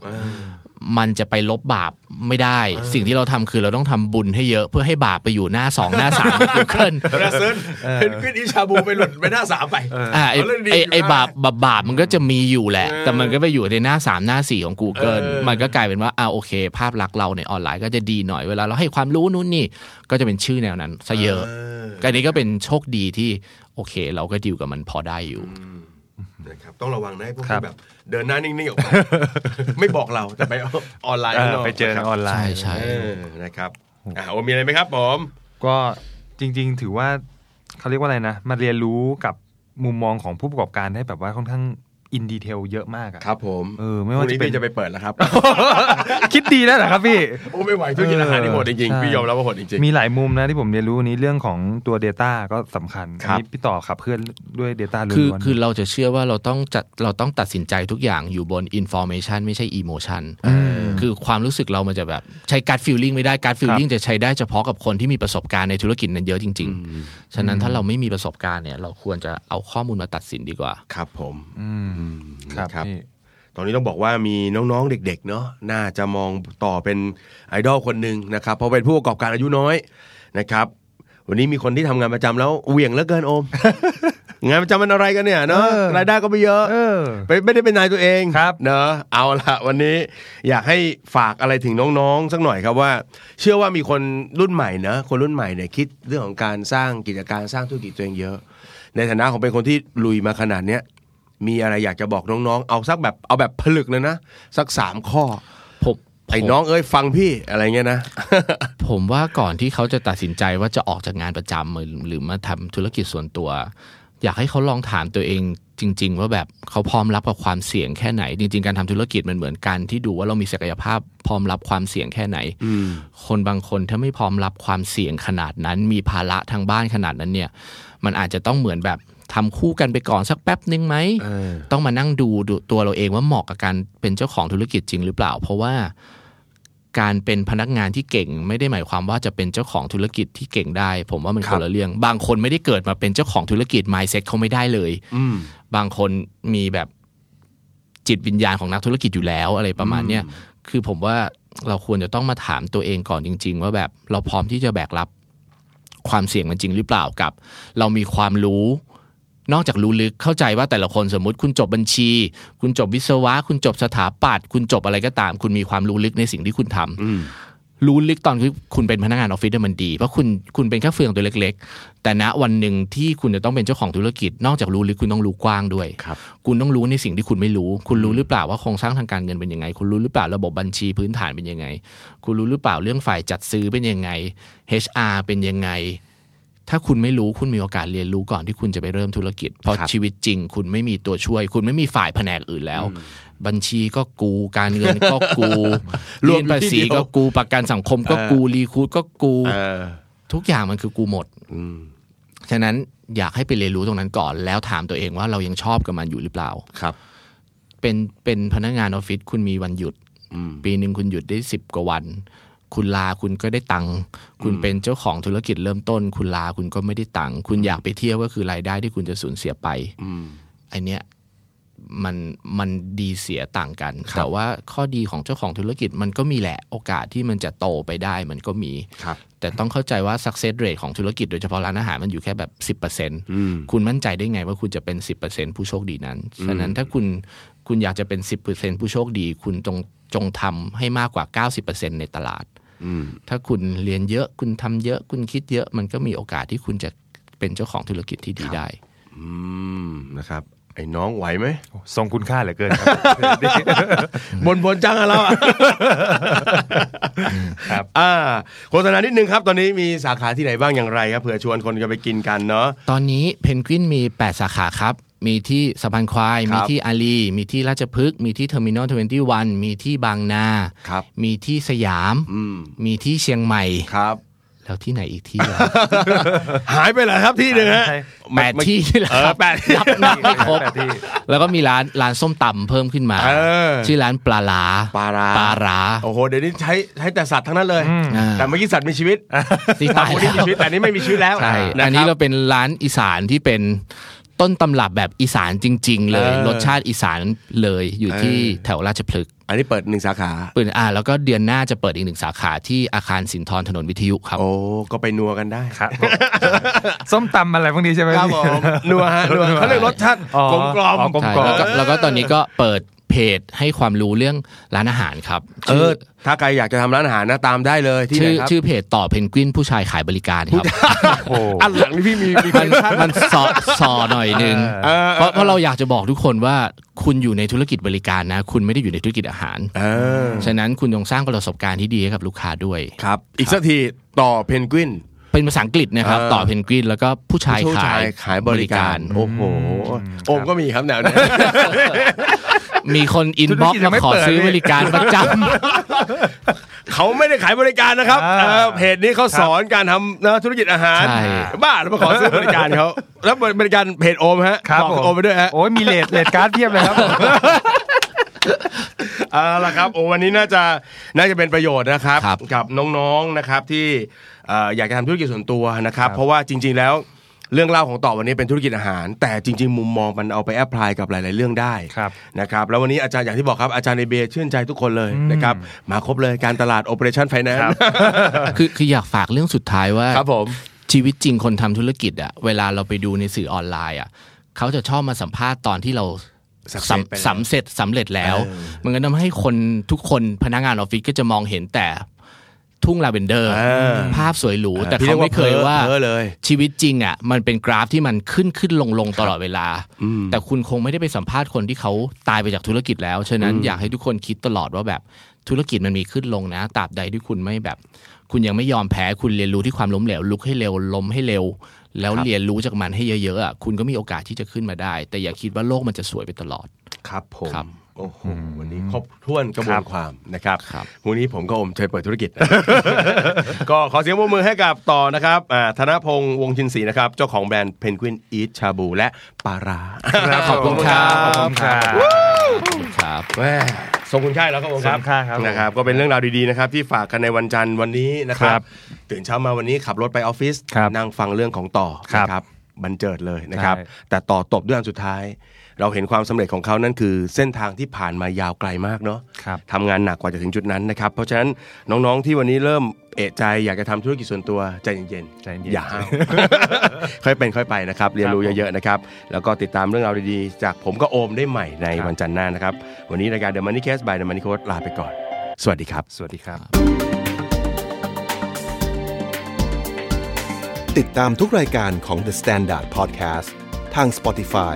C: มันจะไปลบบาปไม่ได้ สิ่งที่เราทำคือเราต้องทำบุญให้เยอะเพื่อให้บาปไปอยู่หน้าสองหน้าสาม Google
B: ราเซิร์นเป็นขึ้นอิชาบูไปหลุดไปหน้าสามไป
C: อ่าไอ
B: เาเรื่องดี
C: ไอ้
B: ยู่นะ
C: ไอ้บาปบาปบาปมันก็จะมีอยู่แหละ
B: เออ
C: แต่มันก็ไปอยู่ในหน้าสามหน้าสี่ของ Google
B: เออ
C: มันก็กลายเป็นว่าอ่าโอเค ภาพลักษณ์เราในออนไลน์ก็จะดีหน่อยเวลาเราให้ความรู้นู่นนี่ก็จะเป็นชื่อแนวนั้นซะเยอะ
B: เออ
C: ก็อันนี้ก็เป็นโชคดีที่โอเค เราก็ดิวกับมันพอได้อยู่
B: นะครับต้องระวังนะไอ้พวก
A: ครับ
B: ที่แบบเดินหน้านิ่งๆอ อกไปไม่บอกเราแต่ไปเอาออนไลน์
A: เอ
B: ข้าง
A: อน
B: ก
A: ไปเจอในออนไล
C: ใช่
A: น์
C: ใช่
B: เออนะครับอ่ะโอมีอะไรไหมครับผม
A: ก็จริงๆ ถือว่าเขาเรียกว่าอะไรนะ มาเรียนรู้กับมุมมองของผู้ประกอบการได้แบบว่าค่อนข้างอินดีเทลเยอะมากอะ
B: ครับผม
A: เออไม่ว่าจะ
B: จะ
A: เป็น
B: จะไปเปิดแล้วครับ
A: คิดดีแล้วเหรอครับพี่
B: โอ้ไม่ไหวธุรกิจอาหารนี่โหดจริง
A: ใช่
B: ๆพี่ยอมรับว่าโหดจริง
A: มีหลายมุมนะที่ผมเรียนรู้วันนี้เรื่องของตัว Data ก็สำคัญ
B: ครับ
A: อันนี้พี่ต่อขับเคลื่อนด้วย Data ล้วนๆ
C: คือคือเราจะเชื่อว่าเราต้องจัดเราต้องตัดสินใจทุกอย่างอยู่บน information ไม่ใช่ emotion คือความรู้สึกเรามันจะแบบใช้การ feeling ไม่ได้การ feeling จะใช้ได้เฉพาะกับคนที่มีประสบการณ์ในธุรกิจนั้นเยอะจริง ๆ ฉะนั้นถ้าเราไม่มีประสบการณ์เนี่ย เราควรจะเอาข้อมูลมาตัดสินดีกว่า
B: ๆครับผมอืม
A: ครับ
B: นะครับ
A: พี่
B: ตอนนี้ต้องบอกว่ามีน้องๆ เด็กๆ เนาะน่าจะมองต่อเป็นไอดอลคนหนึ่งนะครับเพราะเป็นผู้ประกอบการอายุน้อยนะครับ วันนี้มีคนที่ทำงานประจำแล้วเหวี่ยงเหลือเกินโอ ม งานประจำมันอะไรกันเนี่ยเนาะ
A: เออ
B: รายได้ก็ไม่เยอะ
A: เออ
B: ไปไม่ได้เป็นนายตัวเอง
A: ครับ
B: เนาะเอาละวันนี้อยากให้ฝากอะไรถึงน้องๆ สักหน่อยครับว่า เชื่อว่ามีคนรุ่นใหม่นะคนรุ่นใหม่เนี่ยคิดเรื่องของการสร้างกิจการสร้างธุรกิจตัวเองเยอะ ในฐานะของเป็นคนที่ลุยมาขนาดเนี้ยมีอะไรอยากจะบอกน้องๆ เอาสักแบบเอาแบบผลึกเลยนะ สักสามข้อ
C: ผม
B: ไอ้
C: ผม
B: น้องเอ้ยฟังพี่อะไรเงี้ยนะ
C: ผมว่าก่อนที่เขาจะตัดสินใจว่าจะออกจากงานประจำหรือหรือมาทำธุรกิจส่วนตัว อยากให้เขาลองถามตัวเองจริง ๆ ว่าแบบเขาพร้อมรับกับความเสี่ยงแค่ไหน จริง ๆ การทำธุรกิจมันเหมือนกันที่ดูว่าเรามีศักยภาพพร้อมรับความเสี่ยงแค่ไหน คนบางคนถ้าไม่พร้อมรับความเสี่ยงขนาดนั้น มีภาระทางบ้านขนาดนั้นเนี่ย มันอาจจะต้องเหมือนแบบทำคู่กันไปก่อนสักแป๊บนึงไหม ต้องมานั่งดูดูตัวเราเองว่าเหมาะกับการเป็นเจ้าของธุรกิจจริงหรือเปล่า เพราะว่า การเป็นพนักงานที่เก่งไม่ได้หมายความว่าจะเป็นเจ้าของธุรกิจที่เก่งได้ ผมว่ามัน
B: ครั
C: ค
B: บ
C: นละเรื่อง บางคนไม่ได้เกิดมาเป็นเจ้าของธุรกิจ mindset เขาไม่ได้เลย
B: อืม
C: บางคนมีแบบจิตวิญญาณของนักธุรกิจอยู่แล้วอะไรประมาณเนี้ยคือผมว่าเราควรจะต้องมาถามตัวเองก่อนจริง ๆ ว่าแบบเราพร้อมที่จะแบกรับความเสี่ยงมันจริงหรือเปล่ากับ เรามีความรู้ นอกจากรู้ลึกเข้าใจว่าแต่ละคนสมมติคุณจบบัญชี คุณจบวิศวะ คุณจบสถาปัตย์คุณจบอะไรก็ตาม คุณมีความรู้ลึกในสิ่งที่คุณทำ รู้ลึกตอนคือคุณเป็นพนักงานออฟฟิศเนี่ยมันดี เพราะคุณคุณเป็นแค่เฟืองตัวเล็ก ๆ แต่ณวันหนึ่งที่คุณจะต้องเป็นเจ้าของธุรกิจ นอกจากรู้ลึกคุณต้องรู้กว้างด้วย
B: ครับ
C: คุณต้องรู้ในสิ่งที่คุณไม่รู้ คุณรู้หรือเปล่าว่าโครงสร้างทางการเงินเป็นยังไง คุณรู้หรือเปล่าระบบบัญชีพื้นฐานเป็นยังไง คุณรู้หรือเปล่าเรื่องฝ่ายจัดซื้อเป็นยังไง HR เป็นยังไง ถ้าคุณไม่รู้คุณมีโอกาสเรียนรู้ก่อนที่คุณจะไปเริ่มธุรกิจ เพราะ
B: ครับ
C: ชีวิตจริง คุณไม่มีตัวช่วย คุณไม่มีฝ่ายแผนกอื่นแล้ว บัญชีก็กูการเงินก็ กู
B: รวมอ
C: รวม
B: ยู่
C: ภา
B: ที่
C: ษี
B: เดียว
C: ก็กูประกันสังคมก็
B: เออ
C: กูรีคูดก็กู
B: เออ
C: ทุกอย่างมันคือกูหมด
B: อืม
C: ฉะนั้นอยากให้ไปเรียนรู้ตรงนั้นก่อน แล้วถามตัวเองว่าเรายังชอบกับมันอยู่หรือเปล่า
B: ครับ
C: เป็นเป็นพนักงานออฟฟิศคุณมีวันหยุด
B: อืม
C: ปีหนึ่งคุณหยุดได้สิบกว่าวัน คุณลาคุณก็ได้ตังค์คุณเป็นเจ้าของธุรกิจเริ่มต้น คุณลาคุณก็ไม่ได้ตังค์คุณอยากไปเที่ยวก็คือรายได้ที่คุณจะสูญเสียไป
B: อืม
C: ไอเนี้ยมันมันดีเสียต่างกัน แต่ว่าข้อดีของเจ้าของธุรกิจมันก็มีแหละโอกาสที่มันจะโตไปได้มันก็มี
B: ครับ
C: แต่ต้องเข้าใจว่า success rate ของธุรกิจโดยเฉพาะร้านอาหารมันอยู่แค่แบบ 10%คุณมั่นใจได้ไงว่าคุณจะเป็น 10%ผู้โชคดีนั้น ฉะนั้นถ้าคุณคุณอยากจะเป็น 10%ผู้โชคดี คุณจงจงทำให้มากกว่า 90%ในตลาด ถ้าคุณเรียนเยอะคุณทำเยอะคุณคิดเยอะมันก็มีโอกาสที่คุณจะเป็นเจ้าของธุรกิจที่ดีได้
B: อืมนะครับ ไอ้น้องไหวไหม
A: ทรงคุณค่าเหลือเกินครับ
B: บนบนจังอะเราอะ
A: ครับ
B: อ่าโฆษณานิดนึงครับ ตอนนี้มีสาขาที่ไหนบ้างอย่างไรครับเผื่อชวนคนจะไปกินกันเนาะ
C: ตอนนี้เพนกวินมี 8 สาขาครับ มีที่สะพานควาย
B: ครับ
C: มีที่อาลีมีที่ราชพฤกษ์ มีที่เทอร์มินอลทเวนตี้วันมีที่บางนา
B: ครับ
C: มีที่สยาม
B: อืม
C: มีที่เชียงใหม่
B: ครับ
C: แล้วที่ไหนอีกที่ ล่ะ
B: หายไปเหรอครับที่หนึ่งฮะ
A: ใช่
C: แปดที่นี่แหละ
B: เอ
C: ค
B: อ
C: รับ
B: แปดที่
C: นับนับไม่ครบ
A: แปดที่
C: แล้วก็มีร้านร้านส้มตำเพิ่มขึ้นมา
B: เออ
C: ชื่อร้านปลาหลา
B: ปลาร้า
C: ปลาร้า
B: โอ้โหเดี๋ยวนี้ใช้ใช้แต่สัตว์ทั้งนั้นเลย
C: อ่า
B: แต่เมื่อกี้สัตว์มีชีวิต
C: ที่
B: บา
C: ตาง ย
B: คน
C: แล้
B: ที่
C: ว
B: มีชีวิตแต่อันนี้ไม่มีชีวิตแล้ว
C: ใช่
B: ะคบ
C: อันนี้เราเป็นร้านอีสานที่เป็นต้นตำรับแบบอีสานจริง ๆ เลย
B: เออ
C: รสชาติอีสานเลยอยู่
B: เออ
C: ที่แถวราชพฤกษ์
B: อันนี้เปิดหนึ่งสาขา
C: ปืนอ่าแล้วก็เดือนหน้าจะเปิดอีกหนึ่งสาขาที่อาคารสินทรถนนวิทยุครับ
B: โอ้ก็ไปนัวกันได้
A: ครับผมส้มตำอะไรพวกนี้ใช่ไหม
B: ครับ
A: พี่
B: ผมนัวฮะนัวเขาเรียกรสชาติ
A: อ๋อก
B: ลมกล่อม
A: อ๋อกลม
C: ใช่แล้วก็แล้วก็ตอนนี้ก็เปิดเพจให้ความรู้เรื่องร้านอาหารครับ
B: เอ
C: ชื่
B: อ ถ้าใครอยากจะทำร้านอาหารนะตามได้เลยที่ไหน
C: ชื่อ
B: ครับ
C: ชื่อเพจต่อเพนกวินผู้ชายขายบริการครับ
A: โอ้โห
B: อันหลังนี่พี่มีมี
C: มันมันสอสอหน่อยนึง
B: เออ
C: เพราะเพราะเราอยากจะบอกทุกคนว่าคุณอยู่ในธุรกิจบริการนะ คุณไม่ได้อยู่ในธุรกิจอาหาร
B: เออ
C: ฉะนั้นคุณจงสร้างประสบการณ์ที่ดีให้กับลูกค้าด้วย
B: ครับ อีกสักทีต่อเพนกวิน
C: เป็นภาษาอังกฤษนะครับ
B: เออ
C: ต่อเพนกวินแล้วก็ผู้ชาย
B: ผู้
C: ขา
B: ชาย ยขายบริการ โอ้โหโอมก็มีครับแนวเนี้ย
C: มีคนอินบ็อก
A: ธุรกิจยั
C: มาง
A: ไม่
C: ขอ
A: เปิด
C: ซื้อ
A: เลย
C: บริการประจ
B: เขาไม่ได้ขายบริการนะครับ
A: อ่า
B: เออเพจนี้เขาสอนการทำนะธุรกิจอาหาร
C: ำใช่
B: บ้าแล้วมาขอซื้อบริการเขาแล้วบริการเพจโอมฮะ
A: ครับ
B: อก
A: ผม
B: โอมไปด้วยฮะ
A: โอ้ยมีเลดเลดการ์ดเทียบเลยครับ
B: เอาละครับโอวันนี้น่าจะน่าจะเป็นประโยชน์นะครับ
C: ครับ
B: กับน้องๆนะครับที่เอ่ออยากจะทำธุรกิจส่วนตัวนะครับ เพราะว่าจริง ๆ แล้วเรื่องเล่าของต่อวันนี้เป็นธุรกิจอาหาร แต่จริง ๆ มุมมองมันเอาไปแอพพลายกับหลาย ๆ เรื่องได้
A: ครับ
B: นะครับแล้ววันนี้อาจารย์อย่างที่บอกครับอาจารย์ในเบยร์ชื่นใจทุกคนเลยนะครับมาครบเลยการตลาดโอเปอเรชั่นไฟแนนซ์
C: คือคืออยากฝากเรื่องสุดท้ายว่า
B: ครับผม
C: ชีวิตจริงคนทำธุรกิจอะเวลาเราไปดูในสื่อออนไลน์อะเขาจะชอบมาสัมภาษณ์ตอนที่เรา
B: สำเร็จ
C: สำ
B: ไปแล้ว
C: สำเร็จสำเร็จแล้ว
B: เออ
C: มันก็ทำให้คนทุกคนพนักงานออฟฟิศก็จะมองเห็นแต่ทุ่งลาเวนเดอร์
B: เออ
C: ภาพสวยหรู แต่เขาไม่เคยว่า
B: เพ้อเลย
C: ชีวิตจริงอ่ะมันเป็นกราฟที่มันขึ้นขึ้นลงลงตลอดเวลา แต่คุณคงไม่ได้ไปสัมภาษณ์คนที่เขาตายไปจากธุรกิจแล้ว ฉะนั้นอยากให้ทุกคนคิดตลอดว่าแบบธุรกิจมันมีขึ้นลงนะตราบใดที่คุณไม่แบบ คุณยังไม่ยอมแพ้คุณเรียนรู้ที่ความล้มเหลวลุกให้เร็วล้มให้เร็ว แล้วเรียนรู้จากมันให้เยอะๆอ่ะคุณก็มีโอกาสที่จะขึ้นมาได้ แต่อย่าคิดว่าโลกมันจะสวยไปตลอด
B: ครับผม
C: ครับ
B: โอ้โห วันนี้ครบถ้วนกระบวนความนะครับวันนี้ผมก็อมเชยเปิดธุรกิจ ก็ขอเสียงปรบมือให้กับต่อนะครับอ่าธนพงษ์วงศ์ชินศรีนะครับ เจ้าของแบรนด์ Penguin Eat ชาบูและปลาร้า
C: ขอบคุณครับ
A: ขอบคุณครับ
C: ครับ
B: แม่ทรงคุณค่าแล้วครับผมค
A: ท
B: รั
A: รงคุณค่าครับ
B: นะครับ ก็เป็นเรื่องราวดีๆนะครับ ที่ฝากกันในวันจันทร์วันนี้นะค
A: ค
B: รั
A: รับ บ
B: ตื่นเช้ามาวันนี้ขับรถไปออฟฟิศ
A: ครับ
B: นั่งฟังเรื่องของต่อ
A: ครับ
B: นะครับบันเจิดเลยนะครับ
A: ใช่
B: แต่ต่อตบด้วยอันสุดท้าย เราเห็นความสำเร็จของเขานั่นคือเส้นทางที่ผ่านมายาวไกลมากเนาะ
A: ครับ
B: ทำงานหนักกว่าจะถึงจุดนั้นนะครับ เพราะฉะนั้นน้องๆที่วันนี้เริ่มเอะใจอยากจะทำธุรกิจส่วนตัวใจเย็น
A: ใจเย็น
B: อย่าห้าว ค่อยเป็นค่อยไปนะครับ เรียนรู้เยอะๆนะครับ แล้วก็ติดตามเรื่องราวดีๆ จากผมก็โอมได้ใหม่ใน
A: ครับ
B: วันจันทร์หน้านะครับ วันนี้รายการ The Money Case by The Money Coach ลาไปก่อน สวัสดีครับ
A: สวัสดีครับ
D: ติดตามทุกรายการของ The Standard Podcast ทาง Spotify,